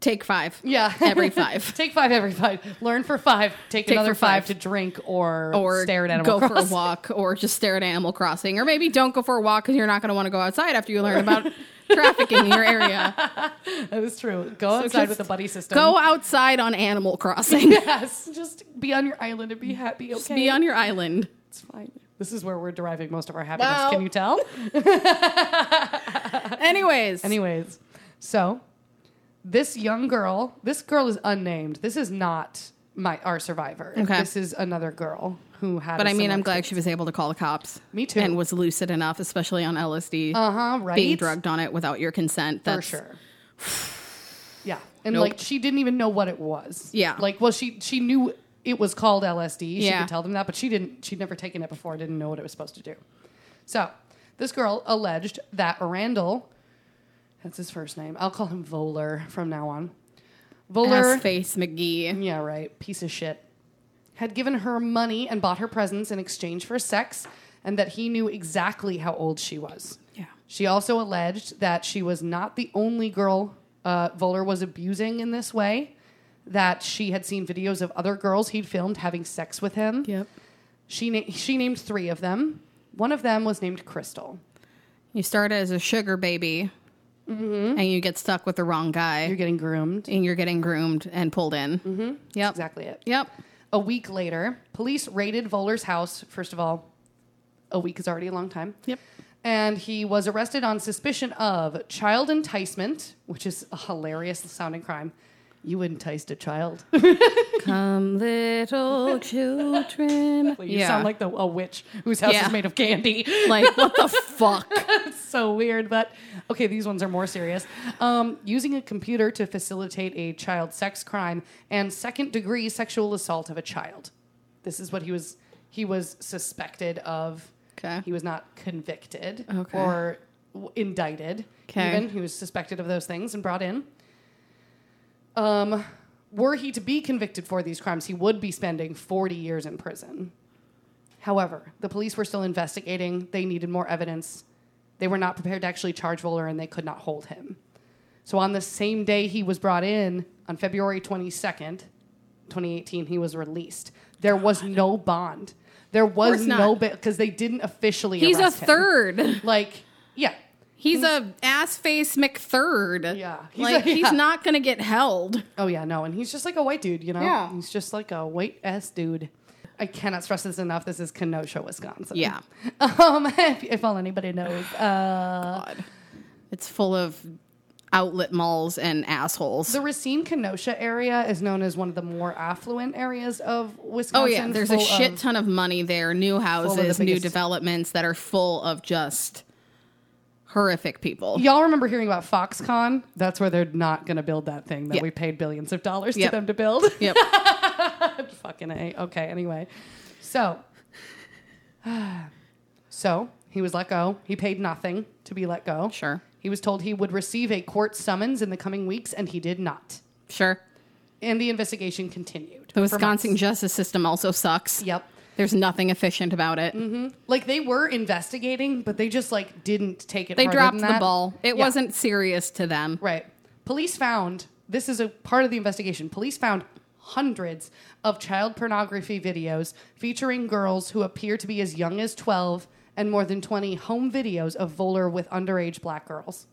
Take five. Yeah. *laughs* Every five. Take five every five. Learn for five. Take, another for five. five. to drink or, Or stare at go Animal for *laughs* Crossing. a walk, or just stare at Animal Crossing, or maybe don't go for a walk because you're not going to want to go outside after you *laughs* learn about trafficking in your area. That is true. Go outside just with the buddy system. Go outside on *laughs* Animal Crossing. Yes. Just be on your island and be happy. Okay. Just be on your island. It's fine. This is where we're deriving most of our happiness. Wow. Can you tell? Anyways, Anyways, so this young girl, this girl is unnamed. This is not my our survivor. Okay. This is another girl who had. but a I mean, similar- I'm glad she was able to call the cops. Me too. And was lucid enough, especially on LSD, Uh-huh, right? being drugged on it without your consent. for That's sure. *sighs* yeah, and Nope. like she didn't even know what it was. Yeah. like well, she she knew it was called LSD. She Yeah. could tell them that, but she didn't. She'd never taken it before. Didn't know what it was supposed to do. So this girl alleged that Randall, that's his first name. I'll call him Voller from now on. Voller Ass face McGee. Yeah, right. Piece of shit. Had given her money and bought her presents in exchange for sex, and that he knew exactly how old she was. Yeah. She also alleged that she was not the only girl uh, Voller was abusing in this way, that she had seen videos of other girls he'd filmed having sex with him. Yep. She, na- she named three of them. One of them was named Crystal. You start as a sugar baby, and you get stuck with the wrong guy, Mm-hmm. You're getting groomed. and you're getting groomed and pulled in. Mm-hmm. Yep. Exactly it. Yep. A week later, police raided Voller's house. First of all, a week is already a long time. Yep. And he was arrested on suspicion of child enticement, which is a hilarious sounding crime. You enticed a child. Come, little children. you yeah. sound like the, a witch whose house Yeah. is made of candy. *laughs* *laughs* like what the fuck? It's so weird, but okay, these ones are more serious. Um, using a computer to facilitate a child sex crime and second degree sexual assault of a child. This is what he was he was suspected of. Okay. He was not convicted Okay. or w- indicted. Okay. Even he was suspected of those things and brought in. Um, were he to be convicted for these crimes, he would be spending 40 years in prison. However, the police were still investigating. They needed more evidence. They were not prepared to actually charge Voller and they could not hold him. So on the same day he was brought in, on February 22nd, 2018, he was released. There was no bond. There was course no not. because they didn't officially He's a arrest him. third. Like, yeah. He's a ass face McThird. Yeah. He's like a- yeah. he's not gonna get held. Oh yeah, no, and he's just like a white dude, you know. Yeah. he's just like a white ass dude. I cannot stress this enough. This is Kenosha, Wisconsin. Yeah. *laughs* Um, if, if all anybody knows, uh, God. It's full of outlet malls and assholes. the Racine Kenosha area is known as one of the more affluent areas of Wisconsin. Oh yeah, there's a full shit of- ton of money there. New of the houses, new biggest- developments that are full of just horrific people. Y'all remember hearing about Foxconn? That's where they're not going to build that thing that Yeah. we paid billions of dollars Yep. to them to build. *laughs* Yep. Fucking A. Okay, anyway. So, *sighs* so he was let go. He paid nothing to be let go. Sure. He was told he would receive a court summons in the coming weeks, and he did not. Sure. And the investigation continued. The for Wisconsin months. justice system also sucks. Yep. There's nothing efficient about it. Like they were investigating, but they just like didn't take it. They harder dropped than the that. ball. It Yeah. wasn't serious to them. Right. Police found this is a part of the investigation. Police found hundreds of child pornography videos featuring girls who appear to be as young as 12 and more than 20 home videos of Voller with underage black girls.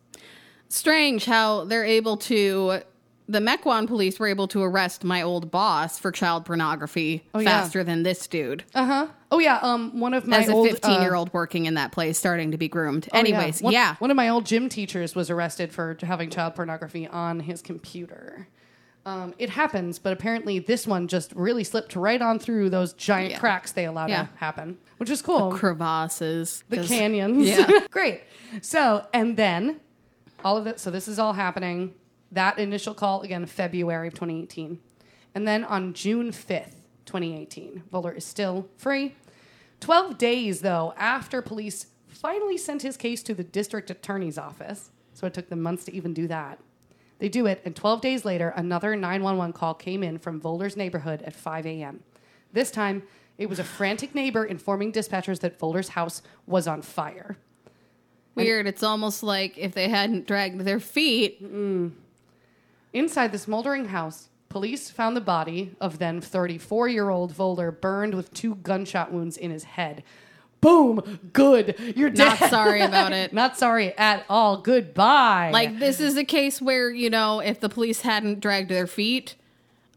strange how they're able to the Mequon police were able to arrest my old boss for child pornography Oh, yeah. faster than this dude Uh huh. Oh, yeah. Um, one of my Uh-huh. as a old, 15 uh, year old working in that place starting to be groomed Oh, yeah. anyways yeah, One- One of my old gym teachers was arrested for having child pornography on his computer. Um, it happens, but apparently this one just really slipped right on through those giant Yeah. cracks they allowed Yeah. to happen, which is cool. crevasses the just- canyons. yeah *laughs* Great. So, and then all of that. So, this is all happening. That initial call, again, February of 2018. And then on June 5th, 2018, Voller is still free. 12 days, though, after police finally sent his case to the district attorney's office. So, it took them months to even do that. They do it, and 12 days later, another 911 call came in from Volder's neighborhood at 5 a.m. This time, it was a frantic neighbor informing dispatchers that Volder's house was on fire. *laughs* weird it's almost like if they hadn't dragged their feet Inside the smoldering house, police found the body of then 34 year old Volder burned with two gunshot wounds in his head. Boom! Good. You're dead. Not sorry *laughs* about it. Not sorry at all. Goodbye. Like this is a case where you know if the police hadn't dragged their feet,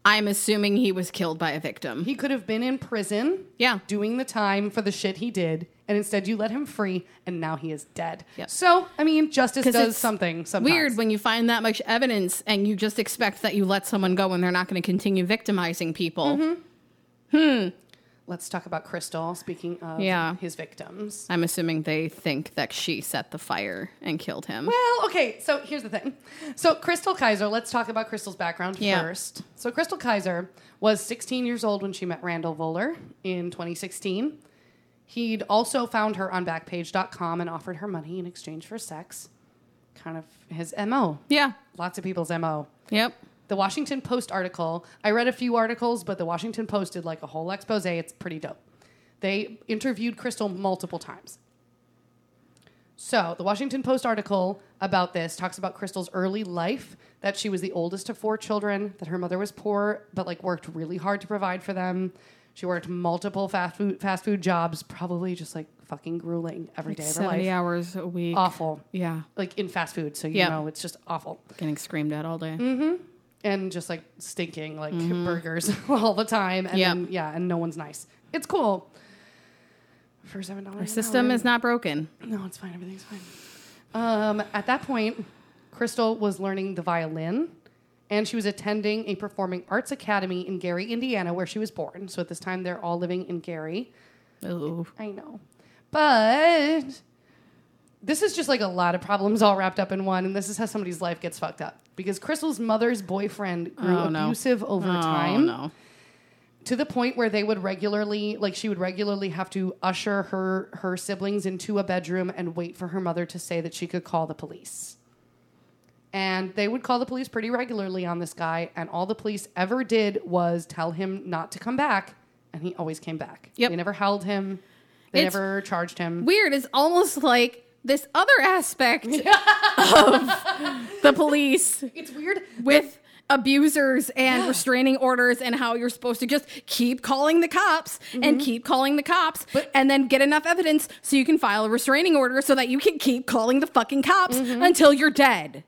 I'm assuming he was killed by a victim. he could have been in prison. yeah. doing the time for the shit he did, and instead you let him free, and now he is dead. Yep. So, I mean, justice 'Cause does it's something sometimes. Weird when you find that much evidence and you just expect that you let someone go and they're not going to continue victimizing people. Mm-hmm. Let's talk about Crystal, speaking of Yeah. his victims. I'm assuming they think that she set the fire and killed him. Well, okay, so here's the thing. So, Crystal Kaiser, let's talk about Crystal's background Yeah. first. So, Crystal Kaiser was 16 years old when she met Randall Voller in 2016. He'd also found her on backpage.com and offered her money in exchange for sex. Kind of his MO. yeah. Lots of people's MO. Yep. The Washington Post article. I read a few articles, but the Washington Post did like a whole expose. It's pretty dope. They interviewed Crystal multiple times. So, the Washington Post article about this talks about Crystal's early life, that she was the oldest of four children, that her mother was poor, but like worked really hard to provide for them. She worked multiple fast food, fast food jobs, probably just like fucking grueling every day of her 70 life. hours a week. Awful. Yeah. Like in fast food. So, you Yeah. know, it's just awful. Getting screamed at all day. Mm-hmm. and just like stinking like Mm-hmm. burgers *laughs* all the time. And Yep. then- yeah, and no one's nice. It's cool. For seven dollars. Our system is not broken. no, it's fine. Everything's fine. Um, at that point, Crystal was learning the violin, and she was attending a performing arts academy in Gary, Indiana, where she was born. So at this time, they're all living in Gary. Ooh. I know. But this is just like a lot of problems all wrapped up in one, and this is how somebody's life gets fucked up. Because Crystal's mother's boyfriend grew Oh, no. abusive over Oh, time no. to the point where they would regularly like she would regularly have to usher her her siblings into a bedroom and wait for her mother to say that she could call the police and they would call the police pretty regularly on this guy and all the police ever did was tell him not to come back and he always came back Yep. they never held him they It's- never charged him Weird. It's almost like this other *laughs* aspect of the police it's weird with abusers and restraining orders and how you're supposed to just keep calling the cops Mm-hmm. and keep calling the cops and then get enough evidence so you can file a restraining order so that you can keep calling the fucking cops Mm-hmm. until you're dead.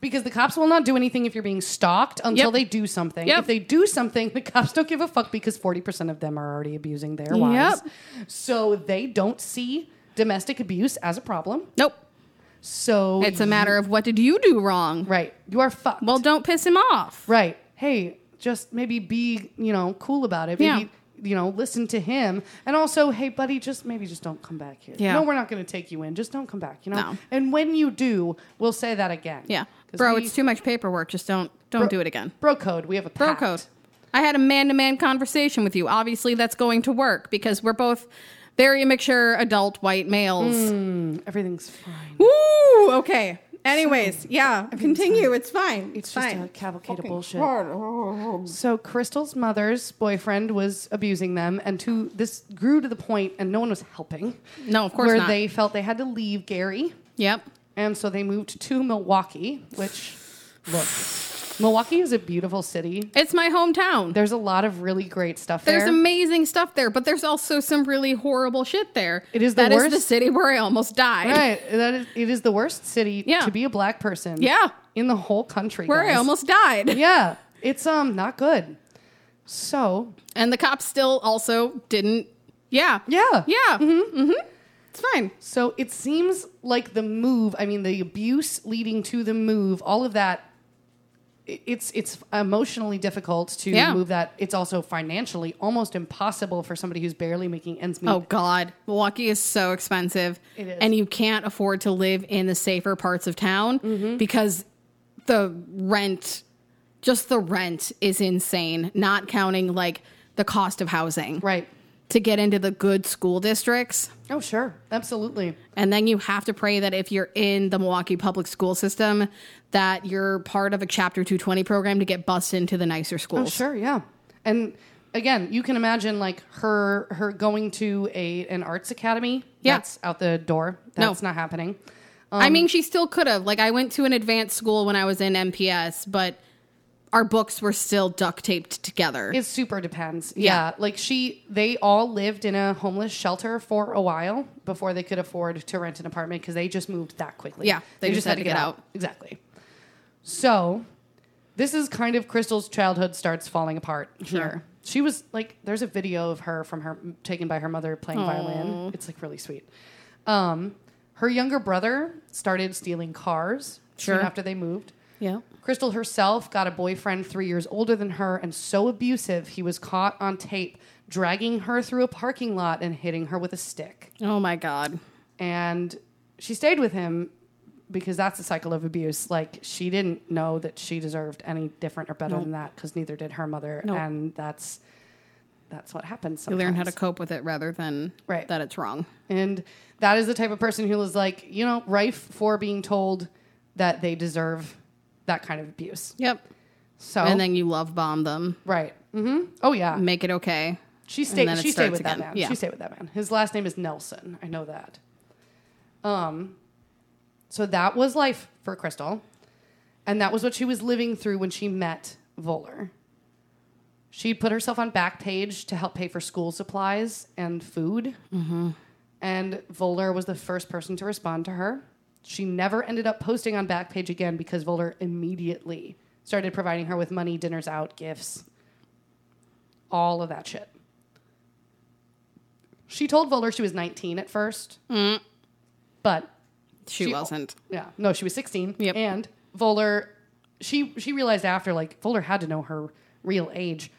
because the cops will not do anything if you're being stalked until Yep. they do something. Yep. If they do something, the cops don't give a fuck because 40% of them are already abusing their wives. So they don't see domestic abuse as a problem. Nope. So It's a matter of what did you do wrong? right. You are fucked. Well, don't piss him off. right. Hey, just maybe be, you know, cool about it. Yeah. Maybe you know, listen to him. And also, hey buddy, just maybe just don't come back here. Yeah. No, we're not going to take you in. Just don't come back, you know? No. And when you do, we'll say that again. Yeah. 'Cause Bro, we- it's too much paperwork. Just don't don't do it again. Bro code. We have a Bro pact. code. I had a man to man conversation with you. Obviously, that's going to work because we're both very mature adult white Mm. males. Everything's fine. Woo! Okay. Anyways, yeah, continue. It's fine. It's just a cavalcade of bullshit. So Crystal's mother's boyfriend was abusing them, and to this grew to the point, and no one was helping. No, of course where not. they felt they had to leave Gary, Yep. and so they moved to Milwaukee, which look, Milwaukee is a beautiful city. It's my hometown. There's a lot of really great stuff There's there. amazing stuff there, but there's also some really horrible shit there. It is the That the worst. city where I almost died. right, that is, it is the worst city Yeah. to be a black person. Yeah. in the whole country. Where I guys. almost died. yeah, it's um not good. So And the cops still also didn't. Yeah. yeah, Yeah. Mm-hmm. It's fine. So it seems like the move, I mean, the abuse leading to the move, all of that. i- It's it's emotionally difficult to Yeah. move that. It's also financially almost impossible for somebody who's barely making ends meet. Oh God, Milwaukee is so expensive, It is. and you can't afford to live in the safer parts of town Mm-hmm. because the rent, just the rent, is insane. Not counting like the cost of housing right. to get into the good school districts, Oh sure, absolutely. and then you have to pray that if you're in the Milwaukee public school system, that you're part of a Chapter 220 program to get bussed into the nicer Oh schools. sure, yeah. And again, you can imagine like her her going to a an arts academy. Yeah. That's out the door. No. That's not happening. I mean, she still could have. Like, I went to an advanced school when I was in MPS, but our books were still duct taped together. It super depends. Yeah. Yeah. Like she, they all lived in a homeless shelter for a while before they could afford to rent an apartment because they just moved that quickly. Yeah, they just had to get out. Exactly. So this is kind of Crystal's childhood starts falling apart here. She was like, there's a video of her from her taken by her mother playing violin. It's like really sweet. Um, her younger brother started stealing cars Sure. soon after they moved. yeah. Crystal herself got a boyfriend three years older than her and so abusive he was caught on tape dragging her through a parking lot and hitting her with a stick. Oh my god. And she stayed with him because that's the cycle of abuse. Like she didn't know that she deserved any different or better than that because neither did her mother. Nope. And that's that's what happens. You Sometimes. learn how to cope with it rather than Right. that it's wrong. And that is the type of person who is like, you know, rife for being told that they deserve that kind of abuse. Yep. So And then you love bomb them. right. hmm Oh yeah. Make it okay. She And stayed. then it She stayed starts with that again. man. Yeah. She stayed with that man. His last name is Nelson. I know that. Um, so that was life for Crystal, and that was what she was living through when she met Voller. She put herself on Backpage to help pay for school supplies and food, Mm-hmm. and Voller was the first person to respond to her. She never ended up posting on Backpage again because Voller immediately started providing her with money, dinners out, gifts, all of that shit. She told Voller she was 19 at first, Mm. but She, She- wasn't. yeah, no, she was 16. Yep. And Voller, she she realized after like Voller had to know her real age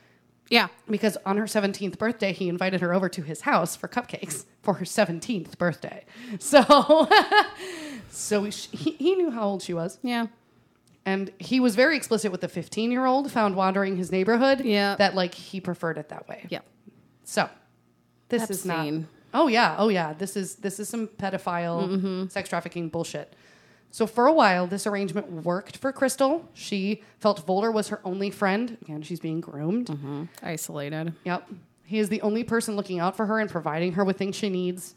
Yeah. because on her 17th birthday he invited her over to his house for cupcakes for her 17th birthday. *laughs* So *laughs* so she, he, he knew how old she was. Yeah. And he was very explicit with the 15 year old found wandering his neighborhood Yeah. that like he preferred it that way. Yep. So this is not. Epstein. Oh yeah, oh yeah. This is this is some pedophile Mm-hmm. sex trafficking bullshit. So for a while, this arrangement worked for Crystal. She felt Voller was her only friend. Again, she's being groomed. Mm-hmm. Isolated. Yep. He is the only person looking out for her and providing her with things she needs.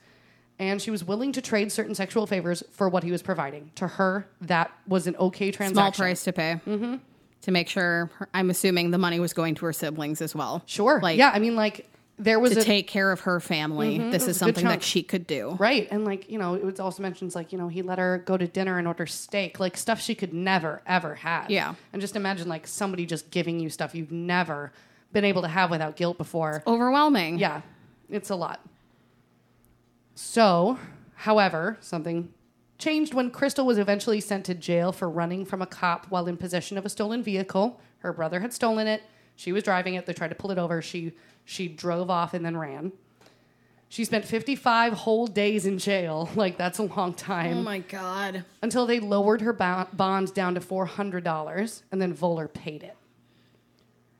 And she was willing to trade certain sexual favors for what he was providing. To her, that was an okay transaction. Small price to pay. Mm-hmm. To make sure, her, I'm assuming the money was going to her siblings as well. Sure. Like, yeah, I mean, like, there was to a. Mm-hmm. take care of her family. This a is good something that chunk. she could do. Right. And like, you know, it was also mentions like, you know, he let her go to dinner and order steak, like stuff she could never, ever have. Yeah. And just imagine like somebody just giving you stuff you've never been able to have without guilt before. Overwhelming. Yeah. It's a lot. So, however, something changed when Crystal was eventually sent to jail for running from a cop while in possession of a stolen vehicle. Her brother had stolen it. She was driving it. They tried to pull it over. She she drove off and then ran. She spent 55 whole days in jail. *laughs* Like that's a long time Oh my God. until they lowered her bo- bond down to $400 and then Voller paid it.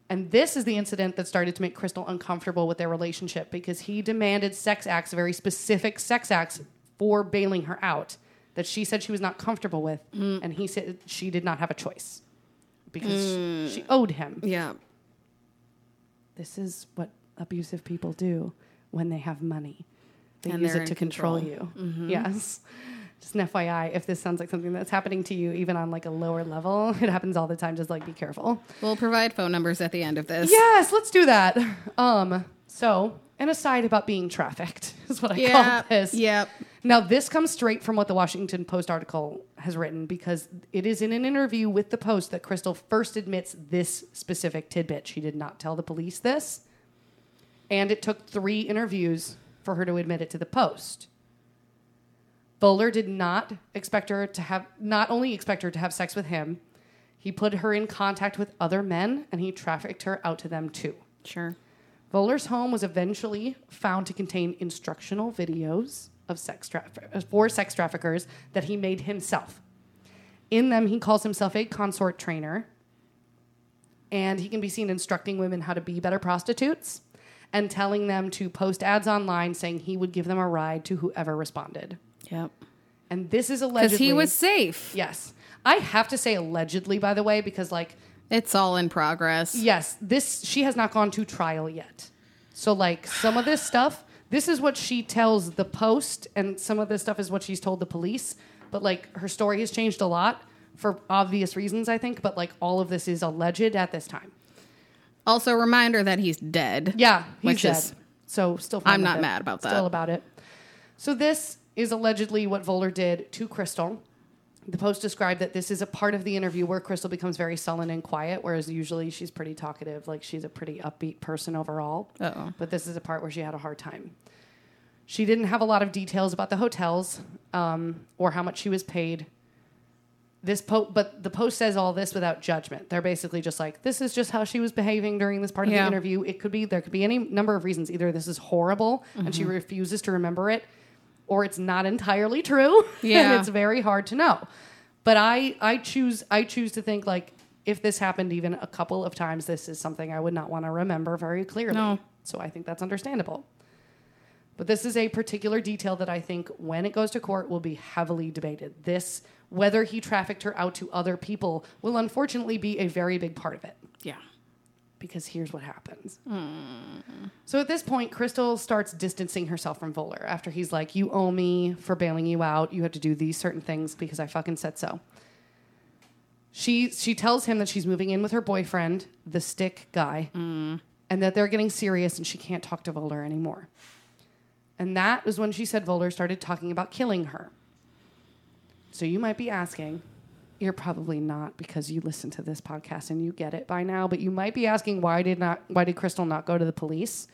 And this is the incident that started to make Crystal uncomfortable with their relationship because he demanded sex acts, very specific sex acts, for bailing her out that she said she was not comfortable with. And he said she did not have a choice because she owed him. Yeah. This is what abusive people do when they have money. They And use they're it in to control, control. Mm-hmm. you. Yes. Just an FYI, if this sounds like something that's happening to you, even on like a lower level, *laughs* it happens all the time. Just like be careful. We'll provide phone numbers at the end of this. Yes, let's do that. Um, so an aside about being trafficked *laughs* is what I Yeah. call this. Yep. Now, this comes straight from what the Washington Post article has written because it is in an interview with the Post that Crystal first admits this specific tidbit. She did not tell the police this, and it took three interviews for her to admit it to the Post. Bowler did not expect her to have, not only expect her to have sex with him, he put her in contact with other men and he trafficked her out to them too. Sure. Voller's home was eventually found to contain instructional videos of sex traffic for sex traffickers that he made himself. In them, he calls himself a consort trainer, and he can be seen instructing women how to be better prostitutes and telling them to post ads online saying he would give them a ride to whoever responded. Yep. And this is Because allegedly he was safe. yes. I have to say allegedly, by the way, because like It's all in progress. Yes, this she has not gone to trial yet. So like some of this stuff, this is what she tells the post and some of this stuff is what she's told the police, but like her story has changed a lot for obvious reasons, I think, but like all of this is alleged at this time. Also, reminder that he's dead. Yeah, he's Which dead. is- so still, fine I'm with not it. mad about that. Still about it. So this is allegedly what Voller did to Crystal. The Post described that this is a part of the interview where Crystal becomes very sullen and quiet, whereas usually she's pretty talkative. Like she's a pretty upbeat person overall. Uh-oh. But this is a part where she had a hard time. She didn't have a lot of details about the hotels um, or how much she was paid. This po- but the post says all this without judgment. They're basically just like, this is just how she was behaving during this part of Yeah. the interview. It could be there could be any number of reasons. Either this is horrible and she refuses to remember it, or it's not entirely true. *laughs* Yeah. and it's very hard to know. But I I choose I choose to think like if this happened even a couple of times, this is something I would not want to remember very clearly. No. So I think that's understandable. But this is a particular detail that I think, when it goes to court, will be heavily debated. This, whether he trafficked her out to other people, will unfortunately be a very big part of it. Yeah. Because here's what happens. So at this point, Crystal starts distancing herself from Voller after he's like, You owe me for bailing you out. You have to do these certain things because I fucking said so. She, she tells him that she's moving in with her boyfriend, the stick guy, and that they're getting serious and she can't talk to Voller anymore. And that was when she said Voller started talking about killing her. So you might be asking, you're probably not because you listen to this podcast and you get it by now, but you might be asking why did not why did Crystal not go to the police?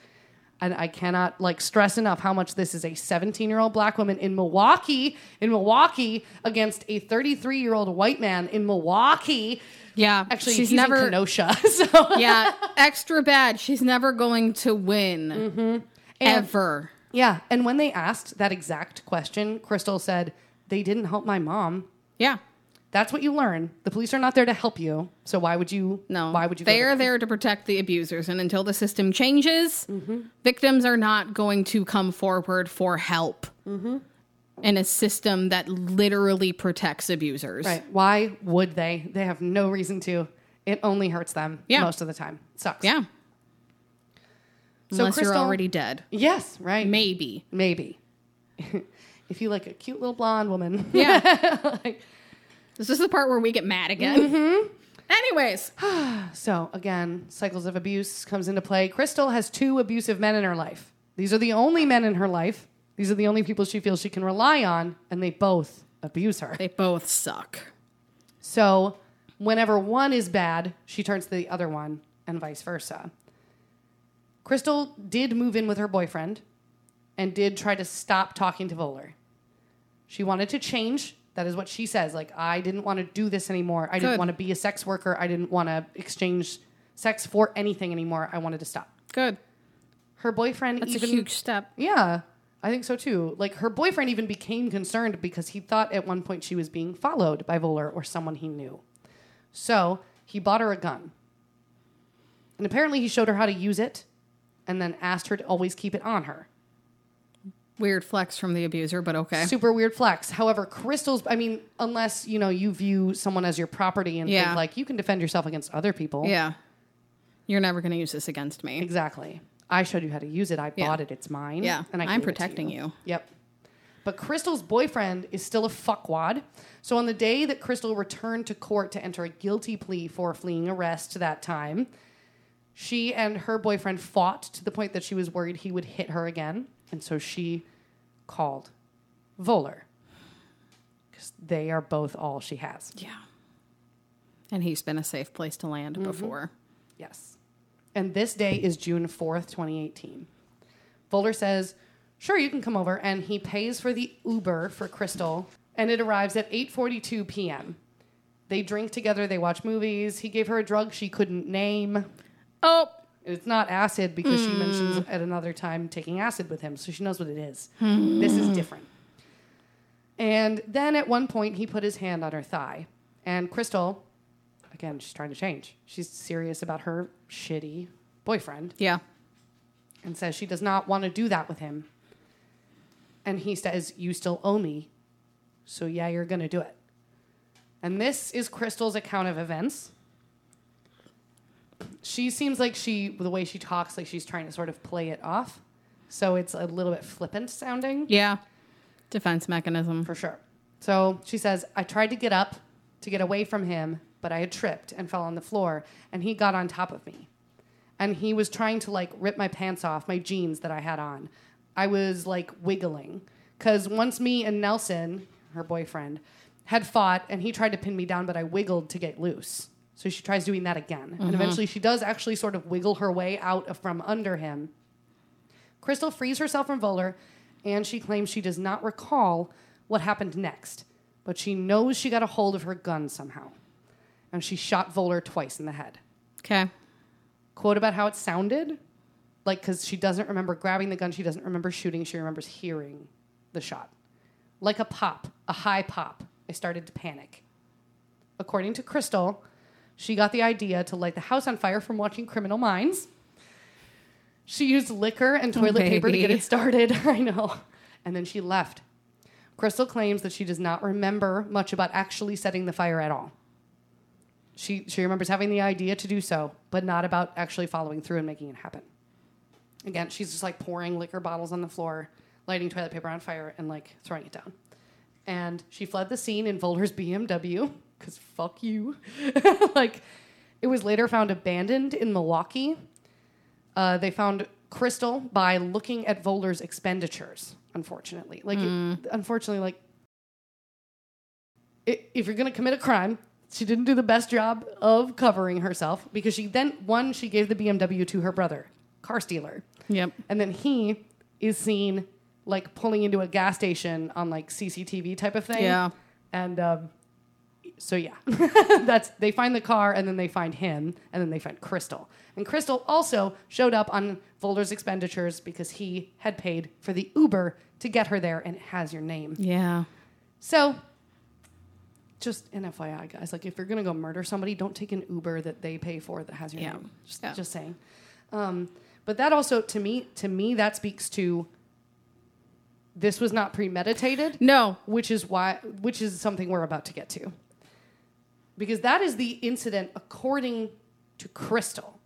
And I cannot like stress enough how much this is a 17-year-old black woman in Milwaukee, in Milwaukee against a 33-year-old white man in Milwaukee. Yeah. Actually, she's he's never. in Kenosha. *laughs* So *laughs* yeah. Extra bad. She's never going to win. And- Ever. Yeah. And when they asked that exact question, Crystal said, They didn't help my mom. Yeah. That's what you learn. The police are not there to help you. So why would you? No. Why would you? go They to are them? there to protect the abusers, and until the system changes, victims are not going to come forward for help in a system that literally protects abusers. Right. Why would they? They have no reason to. It only hurts them. Yeah. Most of the time. sucks. Yeah. So Unless Crystal- you're already dead. Yes. Right. Maybe. Maybe. *laughs* if you like a cute little blonde woman. Yeah. *laughs* Like- this is the part where we get mad again. Anyways, So again, cycles of abuse comes into play. Crystal has two abusive men in her life. These are the only men in her life. These are the only people she feels she can rely on, and they both abuse her. they both suck. So whenever one is bad, she turns to the other one, and vice versa. Crystal did move in with her boyfriend and did try to stop talking to Voller. She wanted to change. That is what she says. Like, I didn't want to do this anymore. I Good. didn't want to be a sex worker. I didn't want to exchange sex for anything anymore. I wanted to stop. Good. Her boyfriend That's even a huge step. yeah, I think so too. Like her boyfriend even became concerned because he thought at one point she was being followed by Voller or someone he knew. So he bought her a gun. And apparently he showed her how to use it and then asked her to always keep it on her. Weird flex from the abuser, but okay. Super weird flex. However, crystals, I mean, unless, you know, you view someone as your property and Yeah. think like you can defend yourself against other people. Yeah. You're never going to use this against me. Exactly. I showed you how to use it. I Yeah. bought it. It's mine. Yeah. I I'm gave it to protecting you. Yep. But Crystal's boyfriend is still a fuckwad. So on the day that Crystal returned to court to enter a guilty plea for fleeing arrest that time, she and her boyfriend fought to the point that she was worried he would hit her again. And so she called Voller. Because they are both all she has. Yeah. And he's been a safe place to land before. Yes. And this day is June 4th, 2018. Fuller says, "Sure, you can come over." And he pays for the Uber for Crystal, and it arrives at 8:42 p.m. They drink together, they watch movies. He gave her a drug she couldn't name. Oh, It's not acid because she mentions at another time taking acid with him, so she knows what it is. This is different. And then at one point, he put his hand on her thigh. And Crystal, again, she's trying to change. She's serious about her shitty boyfriend yeah. and says she does not want to do that with him. And he says, You still owe me. So, yeah, you're going to do it. And this is Crystal's account of events. She seems like she, the way she talks, like she's trying to sort of play it off. So it's a little bit flippant sounding Yeah. Defense mechanism. for sure. So she says, I tried to get up to get away from him, but I had tripped and fell on the floor, and he got on top of me. And he was trying to like rip my pants off, my jeans that I had on. I was like wiggling. Because once me and Nelson, her boyfriend, had fought, and he tried to pin me down, but I wiggled to get loose. So she tries doing that again. And eventually she does actually sort of wiggle her way out from under him. Crystal frees herself from Voller, and she claims she does not recall what happened next, but she knows she got a hold of her gun somehow. And she shot Voller twice in the head. Okay. Quote about how it sounded like, because she doesn't remember grabbing the gun, she doesn't remember shooting, she remembers hearing the shot. Like a pop, a high pop. I started to panic. According to Crystal, she got the idea to light the house on fire from watching Criminal Minds. She used liquor and toilet paper to get baby. it started. *laughs* I know. And then she left. Crystal claims that she does not remember much about actually setting the fire at all. She, she remembers having the idea to do so, but not about actually following through and making it happen. Again, she's just like pouring liquor bottles on the floor, lighting toilet paper on fire, and like throwing it down. And she fled the scene in Volder's BMW, because fuck you. *laughs* like, it was later found abandoned in Milwaukee. Uh, they found Crystal by looking at Volder's expenditures, unfortunately. Like, it- unfortunately, like, i- if you're going to commit a crime, she didn't do the best job of covering herself because she then, one, she gave the BMW to her brother, car stealer. Yep. And then he is seen like pulling into a gas station on like CCTV type of thing. Yeah. And um, so yeah, *laughs* that's they find the car and then they find him and then they find Crystal. And Crystal also showed up on Volder's expenditures because he had paid for the Uber to get her there and it has your name. Yeah. So just an FYI, guys, like if you're gonna go murder somebody, don't take an Uber that they pay for that has your Yeah. name. Just, Yeah. just saying. Um, but that also to me, to me, that speaks to this was not premeditated, No. which is why, which is something we're about to get to, because that is the incident according to Crystal.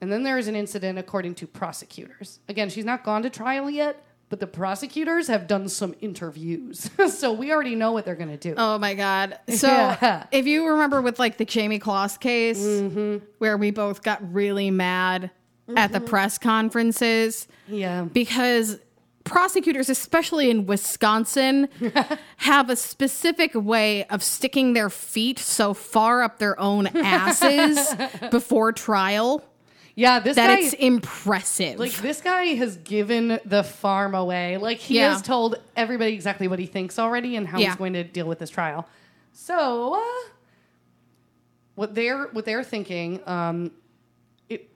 And then there is an incident according to prosecutors. Again, she's not gone to trial yet, but the prosecutors have done some interviews. *laughs* so we already know what they're going to do. Oh *laughs* my God. So Yeah. Mm-hmm. if you remember with like the Jamie Kloss case, where we both got really mad at the press conferences yeah. because prosecutors, especially *laughs* in Wisconsin, have a specific way of sticking their feet so far up *laughs* their own asses before trial Yeah, this that guy it's impressive. like this guy has given the farm away. Like he Yeah. has told everybody exactly what he thinks already and how Yeah. he's going to deal with this trial. So uh, what they're what they're thinking, um, it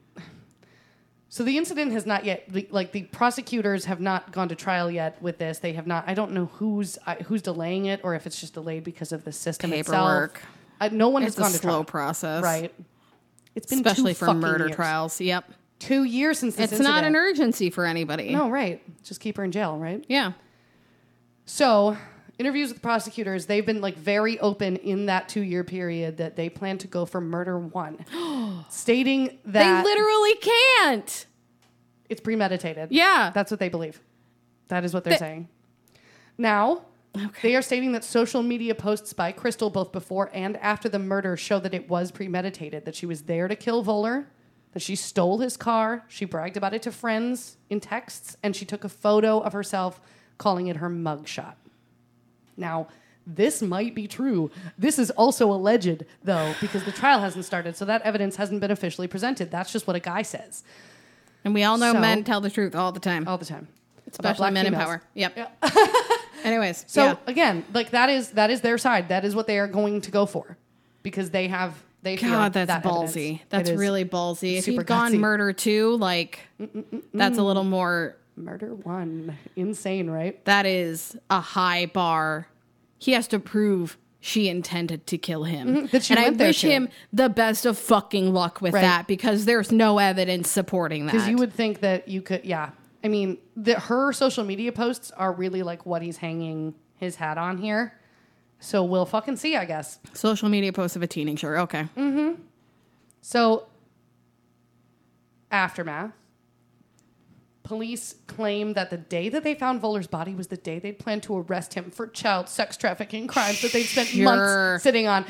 so the incident has not yet the- like the prosecutors have not gone to trial yet with this. They have not. I don't know who's I, who's delaying it or if it's just delayed because of the system Paperwork. itself. Uh, no one it's has a gone to slow trial, process. right? It's been two Especially for fucking murder years. trials. Yep. Two years since this It's not incident. an urgency for anybody. No, Oh, right. Just keep her in jail, right? Yeah. So, interviews with prosecutors, they've been like very open in that two year period that they plan to go for murder one, *gasps* stating that they literally can't. it's premeditated. Yeah. That's what they believe. That is what they're They- saying. Now, Okay. they are stating that social media posts by Crystal both before and after the murder show that it was premeditated, that she was there to kill Voller, that she stole his car, she bragged about it to friends in texts, and she took a photo of herself calling it her mugshot. Now, this might be true. This is also alleged, though, because the trial hasn't started, so that evidence hasn't been officially presented. That's just what a guy says And we all know So- Oh, men tell the truth all the time, all the time. It's especially men in power. Yep. *laughs* Anyways, So uh, yeah. again, like that is that is their side. That is what they are going to go for because they have they feel God, that's that ballsy. evidence. That's It is really ballsy. If super you've gone gutsy. murder too, like that's a little more. murder one *laughs* insane, right? That is a high bar. He has to prove she intended to kill him, Mm-hmm, that she and I went there wish to. him the best of fucking luck with Right. that because there's no evidence supporting Because that. you would think that you could, yeah. I mean, the, her social media posts are really like what he's hanging his hat on here. So we'll fucking see, I guess. Social media posts of a teenager. Okay, So, aftermath. Police claim that the day that they found Voller's body was the day they'd planned to arrest him for child sex trafficking crimes that they'd spent Sure. months sitting on.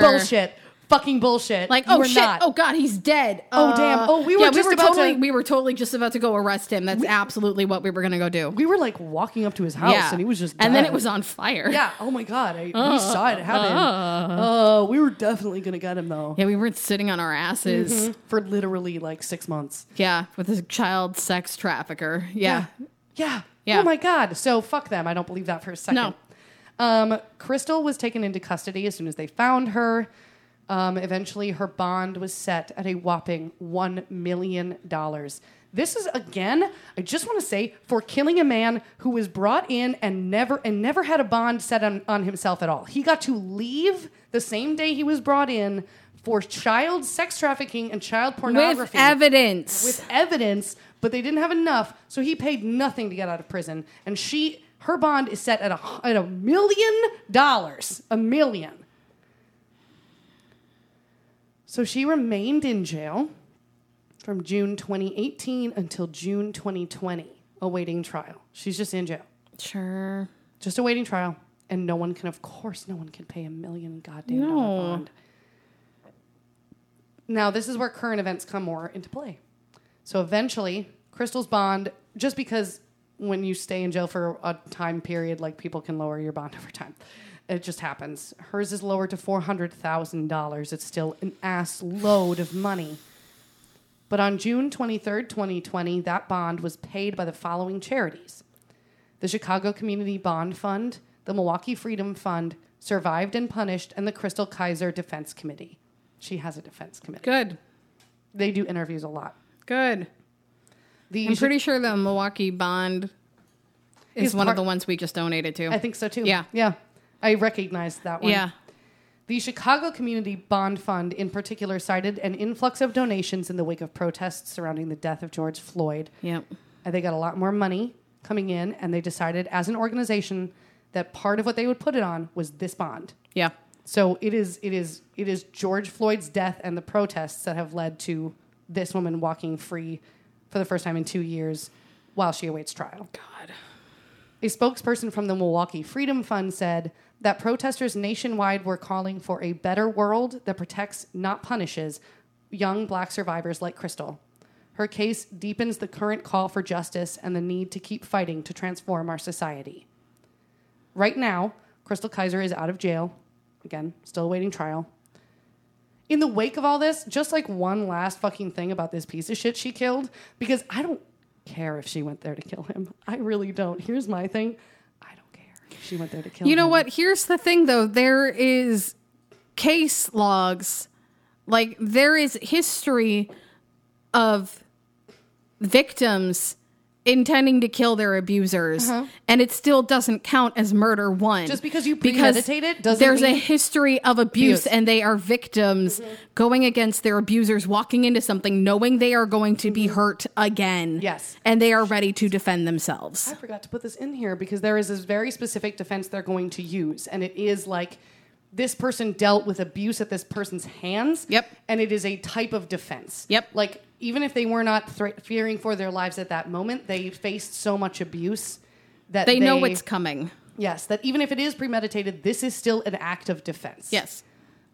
Yeah, bullshit. Fucking bullshit. Like, You oh were shit! not. Oh god, he's dead. Uh, Oh, damn. Oh, we were yeah, just we were about to- totally, we were totally just about to go arrest him. That's absolutely what we were gonna go do. We were like walking up to his house and he was just. and then dead. it was uh, on fire. Yeah. Oh my god. I, we saw it happen. uh. oh, we were definitely gonna get him though. *laughs* yeah, we weren't sitting on our asses. For literally like six months. Yeah, with a child sex trafficker. Yeah, Yeah. Yeah. Oh my god. So fuck them. I don't believe that for a second. No. Um, Crystal was taken into custody as soon as they found her. Um, eventually, her bond was set at a whopping one million dollars. This is again, I just want to say, for killing a man who was brought in and never and never had a bond set on, on himself at all. He got to leave the same day he was brought in for child sex trafficking and child pornography with evidence. with evidence, but they didn't have enough, so he paid nothing to get out of prison. And she, her bond is set at a, hu- at a million dollars, a million. So she remained in jail from June 2018 until June 2020, awaiting trial. She's just in jail, sure. just awaiting trial, and no one can, of course, no one can pay a million goddamn dollar No. bond. Now, this is where current events come more into play. So eventually, Crystal's bond, just because when you stay in jail for a time period, like people can lower your bond *laughs* over time. It just happens. Hers is lowered to $400,000. It's still an ass load of money. But on June 23rd, 2020, that bond was paid by the following charities the Chicago Community Bond Fund, the Milwaukee Freedom Fund, Survived and Punished, and the Crystal Kaiser Defense Committee. She has a defense committee. Good. They do interviews a lot. Good. The I'm pretty sure the Milwaukee Bond is Is one part- of the ones we just donated to. I think so too. Yeah. Yeah. I recognized that one. yeah. The Chicago Community Bond Fund, in particular, cited an influx of donations in the wake of protests surrounding the death of George Floyd. Yep. And they got a lot more money coming in, and they decided as an organization that part of what they would put it on was this bond. Yeah. So it is it is it is George Floyd's death and the protests that have led to this woman walking free for the first time in two years while she awaits trial. God. A spokesperson from the Milwaukee Freedom Fund said that protesters nationwide were calling for a better world that protects, not punishes, young black survivors like Crystal. Her case deepens the current call for justice and the need to keep fighting to transform our society. Right now, Crystal Kaiser is out of jail. Again, still awaiting trial. In the wake of all this, just like one last fucking thing about this piece of shit she killed, because I don't care if she went there to kill him. I really don't. Here's my thing I don't care if she went there to kill him. You know what? Here's the thing, though. There is case logs, like there is history of victims intending to kill their abusers, and it still doesn't count as murder one. Uh-huh. Just because you Because premeditate it doesn't There's a mean- history of abuse, Abuse. Mm-hmm. and they are victims going against their abusers, walking into something knowing they are going to be hurt again. Mm-hmm. Yes. and they are ready to defend themselves. I forgot to put this in here because there is this very specific defense they're going to use, and it is like this person dealt with abuse at this person's hands. Yep. And it is a type of defense. Yep. Like even if they were not thre- fearing for their lives at that moment, they faced so much abuse that they know it's coming. yes. That even if it is premeditated, this is still an act of defense. Yes.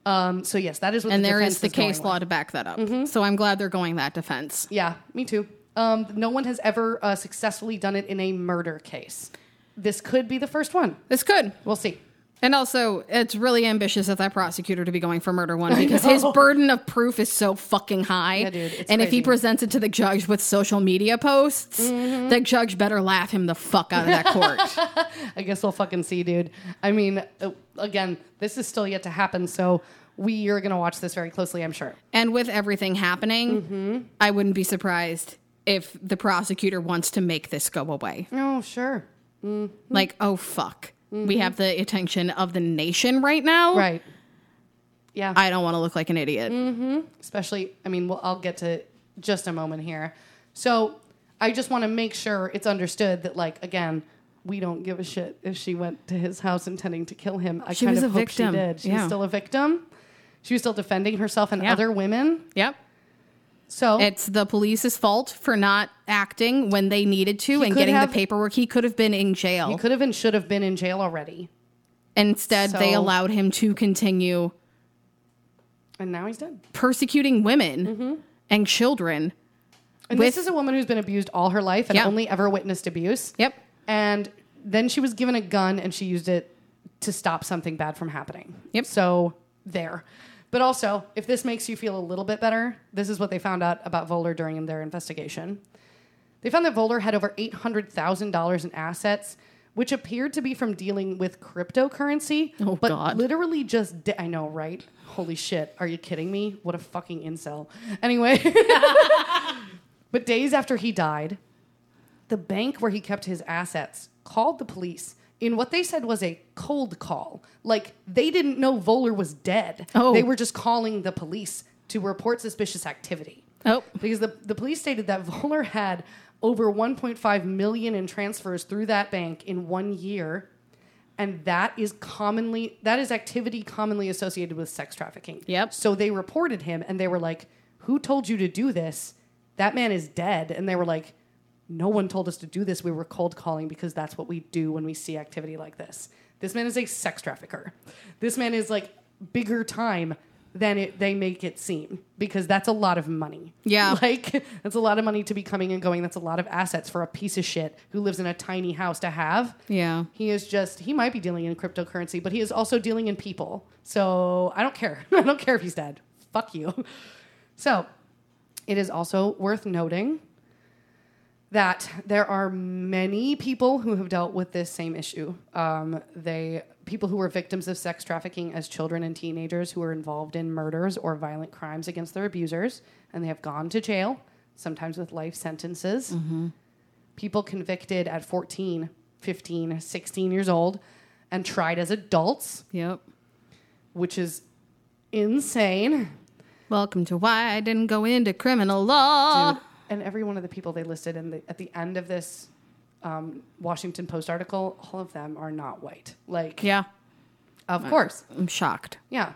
Um. So yes, that is what. and the there defense is the going Mm-hmm. case with. law to back that up. So I'm glad they're going that defense. Yeah, me too. Um, no one has ever uh, successfully done it in a murder case. This could be the first one. It's good. We'll see. And also, it's really ambitious of that prosecutor to be going for murder *laughs* one because his burden of proof is so fucking high. Yeah, dude, it's and if he crazy. presents it to the judge with social media posts, Mm-hmm. the judge better laugh him the fuck out of *laughs* that court. I guess we'll fucking see, dude. I mean, uh, again, this is still yet to happen, so we are going to watch this very closely, I'm sure. and with everything happening, Mm-hmm. I wouldn't be surprised if the prosecutor wants to make this go away. Oh, sure. Like, oh fuck. We have the attention of the nation right now. Mm-hmm. Right. Mm-hmm. Yeah. I don't want to look like an idiot. especially i mean we'll, i'll get to just a moment here so i just want to make sure it's understood that like again we don't give a shit if she went to his house intending to kill him i She kind was of a hope victim. she did she Yeah. was still a victim she was still defending herself and Yeah. other women Yep. So It's the police's fault for not acting when they needed to and could getting have- the paperwork. He could have been in jail. he could have and should have been in jail already, Instead, they So- allowed him to continue and now he's done. persecuting women and children. And With- this is a woman who's been abused all her life and Yeah. only ever witnessed abuse. Yep. And then she was given a gun and she used it to stop something bad from happening. Yep. So there. But also, if this makes you feel a little bit better, this is what they found out about Voller during their investigation. They found that Voller had over $800,000 in assets, which appeared to be from dealing with cryptocurrency. Oh, but God. literally just, di- I know, right? Holy shit. Are you kidding me? What a fucking incel. Anyway. *laughs* But days after he died, the bank where he kept his assets called the police in what they said was a cold call. Like they didn't know Voller was dead. Oh. They were just calling the police to report suspicious activity. Oh, Because the, the police stated that Voller had over 1.5 million in transfers through that bank in one year. And that is commonly that is activity commonly associated with sex trafficking. Yep. So they reported him and they were like, Who told you to do this? That man is dead. And they were like, No one told us to do this. We were cold calling because that's what we do when we see activity like this. This man is a sex trafficker. This man is like bigger time than it, they make it seem because that's a lot of money. Yeah. *laughs* Like, that's a lot of money to be coming and going. That's a lot of assets for a piece of shit who lives in a tiny house to have. yeah. He is just, he might be dealing in cryptocurrency, but he is also dealing in people. So I don't care. *laughs* I don't care if he's dead. Fuck you. *laughs* So it is also worth noting that there are many people who have dealt with this same issue. Um, they people who were victims of sex trafficking as children and teenagers who were involved in murders or violent crimes against their abusers, and they have gone to jail, sometimes with life sentences. People convicted at 14, 15, 16 years old and tried as adults, Yep. which is insane. Welcome to why I didn't go into criminal law. Dude, and every one of the people they listed in the, at the end of this um, Washington Post article, all of them are not white. Like, Yeah, of course. I'm shocked. Yeah.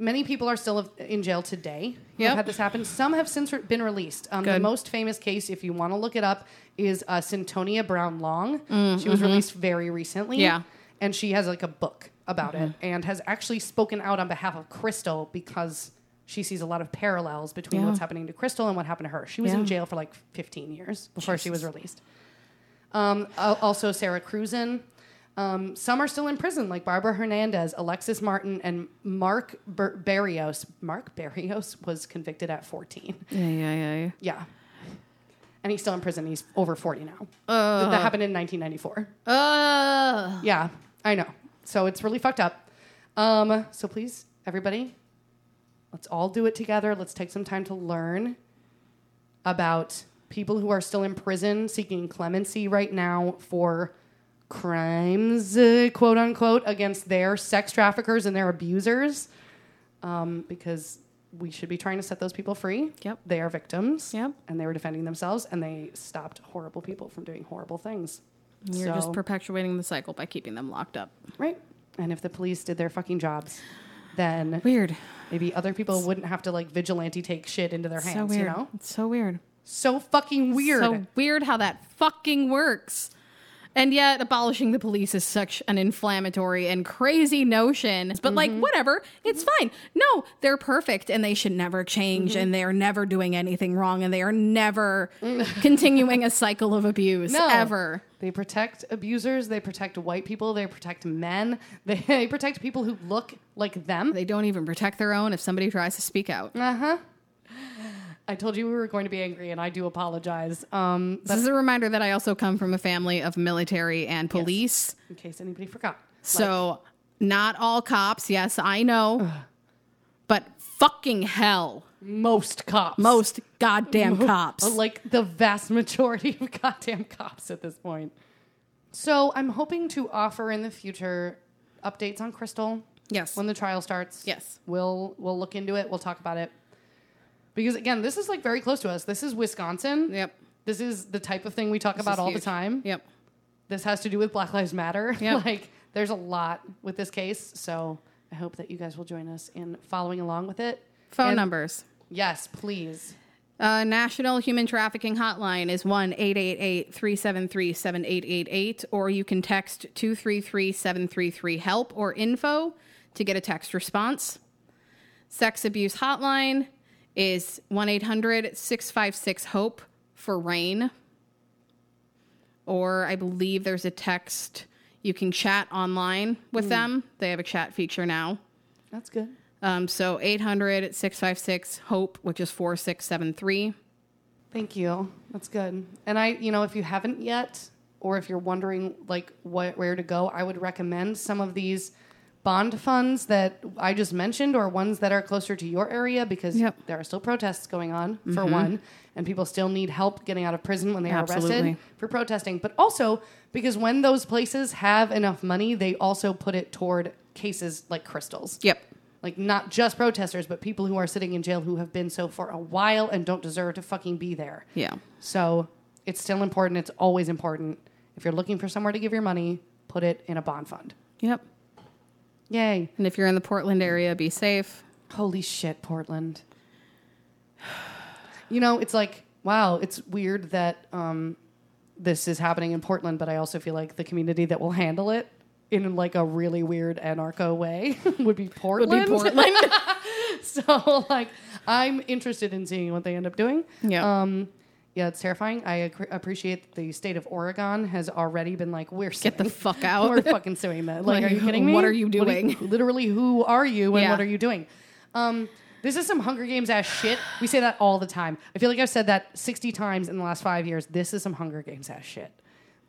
Many people are still of- in jail today who Yep. have had this happen. Some have since re- been released. Um, the Good. most famous case, if you want to look it up, is uh, Syntonia Brown Long. she was released very recently. Mm, mm-hmm. Yeah. Mm-hmm. And she has like a book about it and has actually spoken out on behalf of Crystal because she sees a lot of parallels between Yeah. what's happening to Crystal and what happened to her. She was in Yeah. jail for like 15 years before she was released. Um, al- also, Sarah Cruzan. Um, some are still in prison, like Barbara Hernandez, Alexis Martin, and Mark Ber- Barrios. Mark Barrios was convicted at 14. Yeah, yeah, yeah. Yeah. And he's still in prison. He's over 40 now. Uh. that happened in 1994. yeah. Uh, Yeah, I know. So it's really fucked up. Um, so please, everybody, let's all do it together. Let's take some time to learn about people who are still in prison seeking clemency right now for crimes, uh, quote unquote, against their sex traffickers and their abusers, um, because we should be trying to set those people free. Yep. They are victims. Yep. And they were defending themselves and they stopped horrible people from doing horrible things. you're just So- perpetuating the cycle by keeping them locked up. Right. And if the police did their fucking jobs, then Weird. maybe other people wouldn't have to like vigilante take shit into their hands, so weird. you know? It's so weird. So fucking weird. So weird how that fucking works. And yet, abolishing the police is such an inflammatory and crazy notion. But, like, Mm-hmm. whatever, it's fine. No, they're perfect and they should never change Mm-hmm. and they're never doing anything wrong and they are never *laughs* continuing a cycle of abuse Mm. No. ever. They protect abusers, they protect white people, they protect men, *laughs* they, they protect people who look like them. They don't even protect their own if somebody tries to speak out. Uh huh. I told you we were going to be angry, and I do apologize. Um, This is a reminder that I also come from a family of military and police. in case anybody forgot. So, not all cops. Yes, I know. But fucking hell. Most cops. Most *laughs* goddamn cops. Like the vast majority of *laughs* goddamn cops at this point. So I'm hoping to offer in the future updates on Crystal yes. when the trial starts. Yes. We'll we'll look into it. We'll talk about it. Because again, this is like very close to us. This is Wisconsin. Yep. This is the type of thing we talk is about all the huge. time. Yep. This has to do with Black Lives Matter. *laughs* Yep. like there's a lot with this case. So I hope that you guys will join us in following along with it. Phone And- numbers Yes, please. Uh, National Human Trafficking Hotline is 1 888 373 7888, or you can text 233 733 HELP or info to get a text response. Sex Abuse Hotline is 1 800 656 HOPE for RAIN. Or I believe there's a text you can chat online with them. They have a chat feature now. That's good. Um, so 800 656 HOPE, which is 4673. Thank you. That's good. And I, you know, if you haven't yet, or if you're wondering like what where to go, I would recommend some of these bond funds that I just mentioned, or ones that are closer to your area, because Yep. Mm-hmm. there are still protests going on for one, and people still need help getting out of prison when they are Absolutely. arrested for protesting. But also because when those places have enough money, they also put it toward cases like crystals Yep. like not just protesters, but people who are sitting in jail who have been so for a while and don't deserve to fucking be there. Yeah. So it's still important. It's always important. If you're looking for somewhere to give your money, put it in a bond fund. Yep. Yay. And if you're in the Portland area, be safe. Holy shit, Portland. *sighs* You know, it's like, wow, it's weird that um, this is happening in Portland, but I also feel like the community that will handle it in like a really weird anarcho way *laughs* would be Portland. *laughs* So like, I'm interested in seeing what they end up doing. Yeah. Um, yeah, it's terrifying. I ac- appreciate the state of Oregon has already been like, we're suing. *laughs* Get Oh, the fuck out. we're *laughs* fucking suing that. Like, Like, are you kidding me? what are you you- *laughs* literally, who are you and Yeah. what are you doing? Um, this is some Hunger Games ass shit. We say that all the time. I feel like I've said that 60 times in the last five years. This is some Hunger Games ass shit.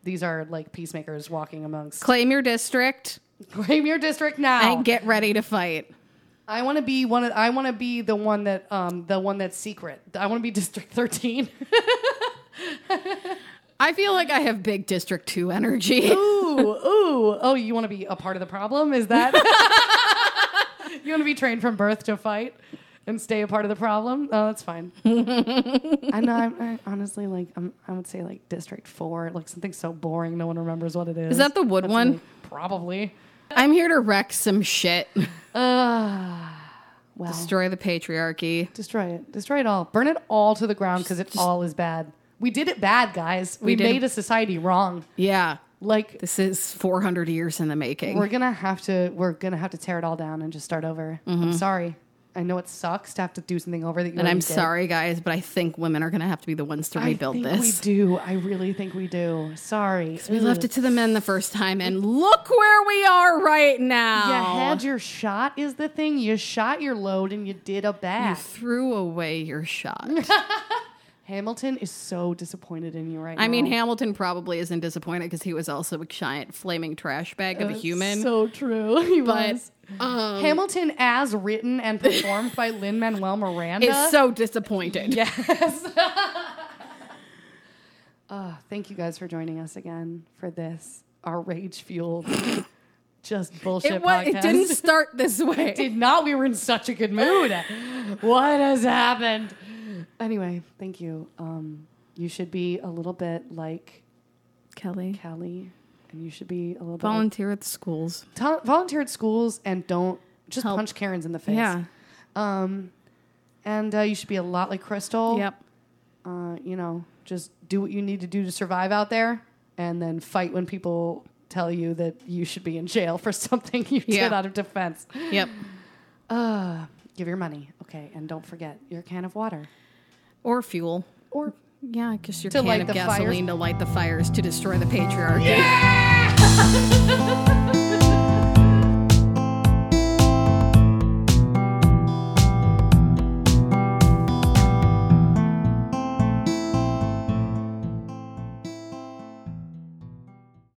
These are like peacemakers walking amongst. *laughs* Claim your district Claim your district now. and get ready to fight. I want to be one of. I want to be the one that um the one that's secret. I want to be District Thirteen. *laughs* I feel like I have big District 2 energy. ooh, ooh, oh! You want to be a part of the problem? Is *laughs* that you want to be trained from birth to fight and stay a part of the problem? Oh, that's fine. I know. I'm, I honestly like. I'm, I would say like District Four, like something so boring, no one remembers what it is. Is that the wood one? Probably. *laughs* I'm here to wreck some shit, Well, destroy the patriarchy. Destroy it. Destroy it all. Burn it all to the ground because it all is bad. We did it bad, guys. We, did. made a society wrong. Yeah. Like This is 400 years in the making. we're gonna have to. We're gonna have to tear it all down and just start over. I'm sorry. I know it sucks to have to do something over that you. Mm-hmm. and I'm already did. sorry, guys, but I think women are going to have to be the ones to I rebuild think this. We do. I really think we do. Sorry. We left it to the men the first time, and look where we are right You now. had your shot is the thing. You shot your load and you did a You bad. threw away your shot. Hamilton is so disappointed in you right now. I mean, Hamilton probably isn't disappointed because he was also a giant flaming trash bag of a human. So Um, true. *laughs* He but um, was. Hamilton, as written and performed by Lin Manuel Miranda. is so disappointed. yes. Uh, thank you guys for joining us again for this our rage *laughs* fueled just bullshit It, wa- podcast. *laughs* it didn't start this way. Did not. We were in such a good mood. what has happened? Anyway, thank you. Um, you should be a little bit like Kelly, Callie, and you should be a little bit like volunteer at the schools. Tol- volunteer at schools and don't just Help. punch Karens in the face. Um, and uh, you should be a lot like Crystal. Yep. Uh, you know, just do what you need to do to survive out there, and then fight when people tell you that you should be in jail for *laughs* something you did Yeah. out of defense. Yep. Uh, give your money, okay, and don't forget your can of water Or fuel. or Yeah, because your To can light of the gasoline to light the fires to destroy the patriarchy. Yeah!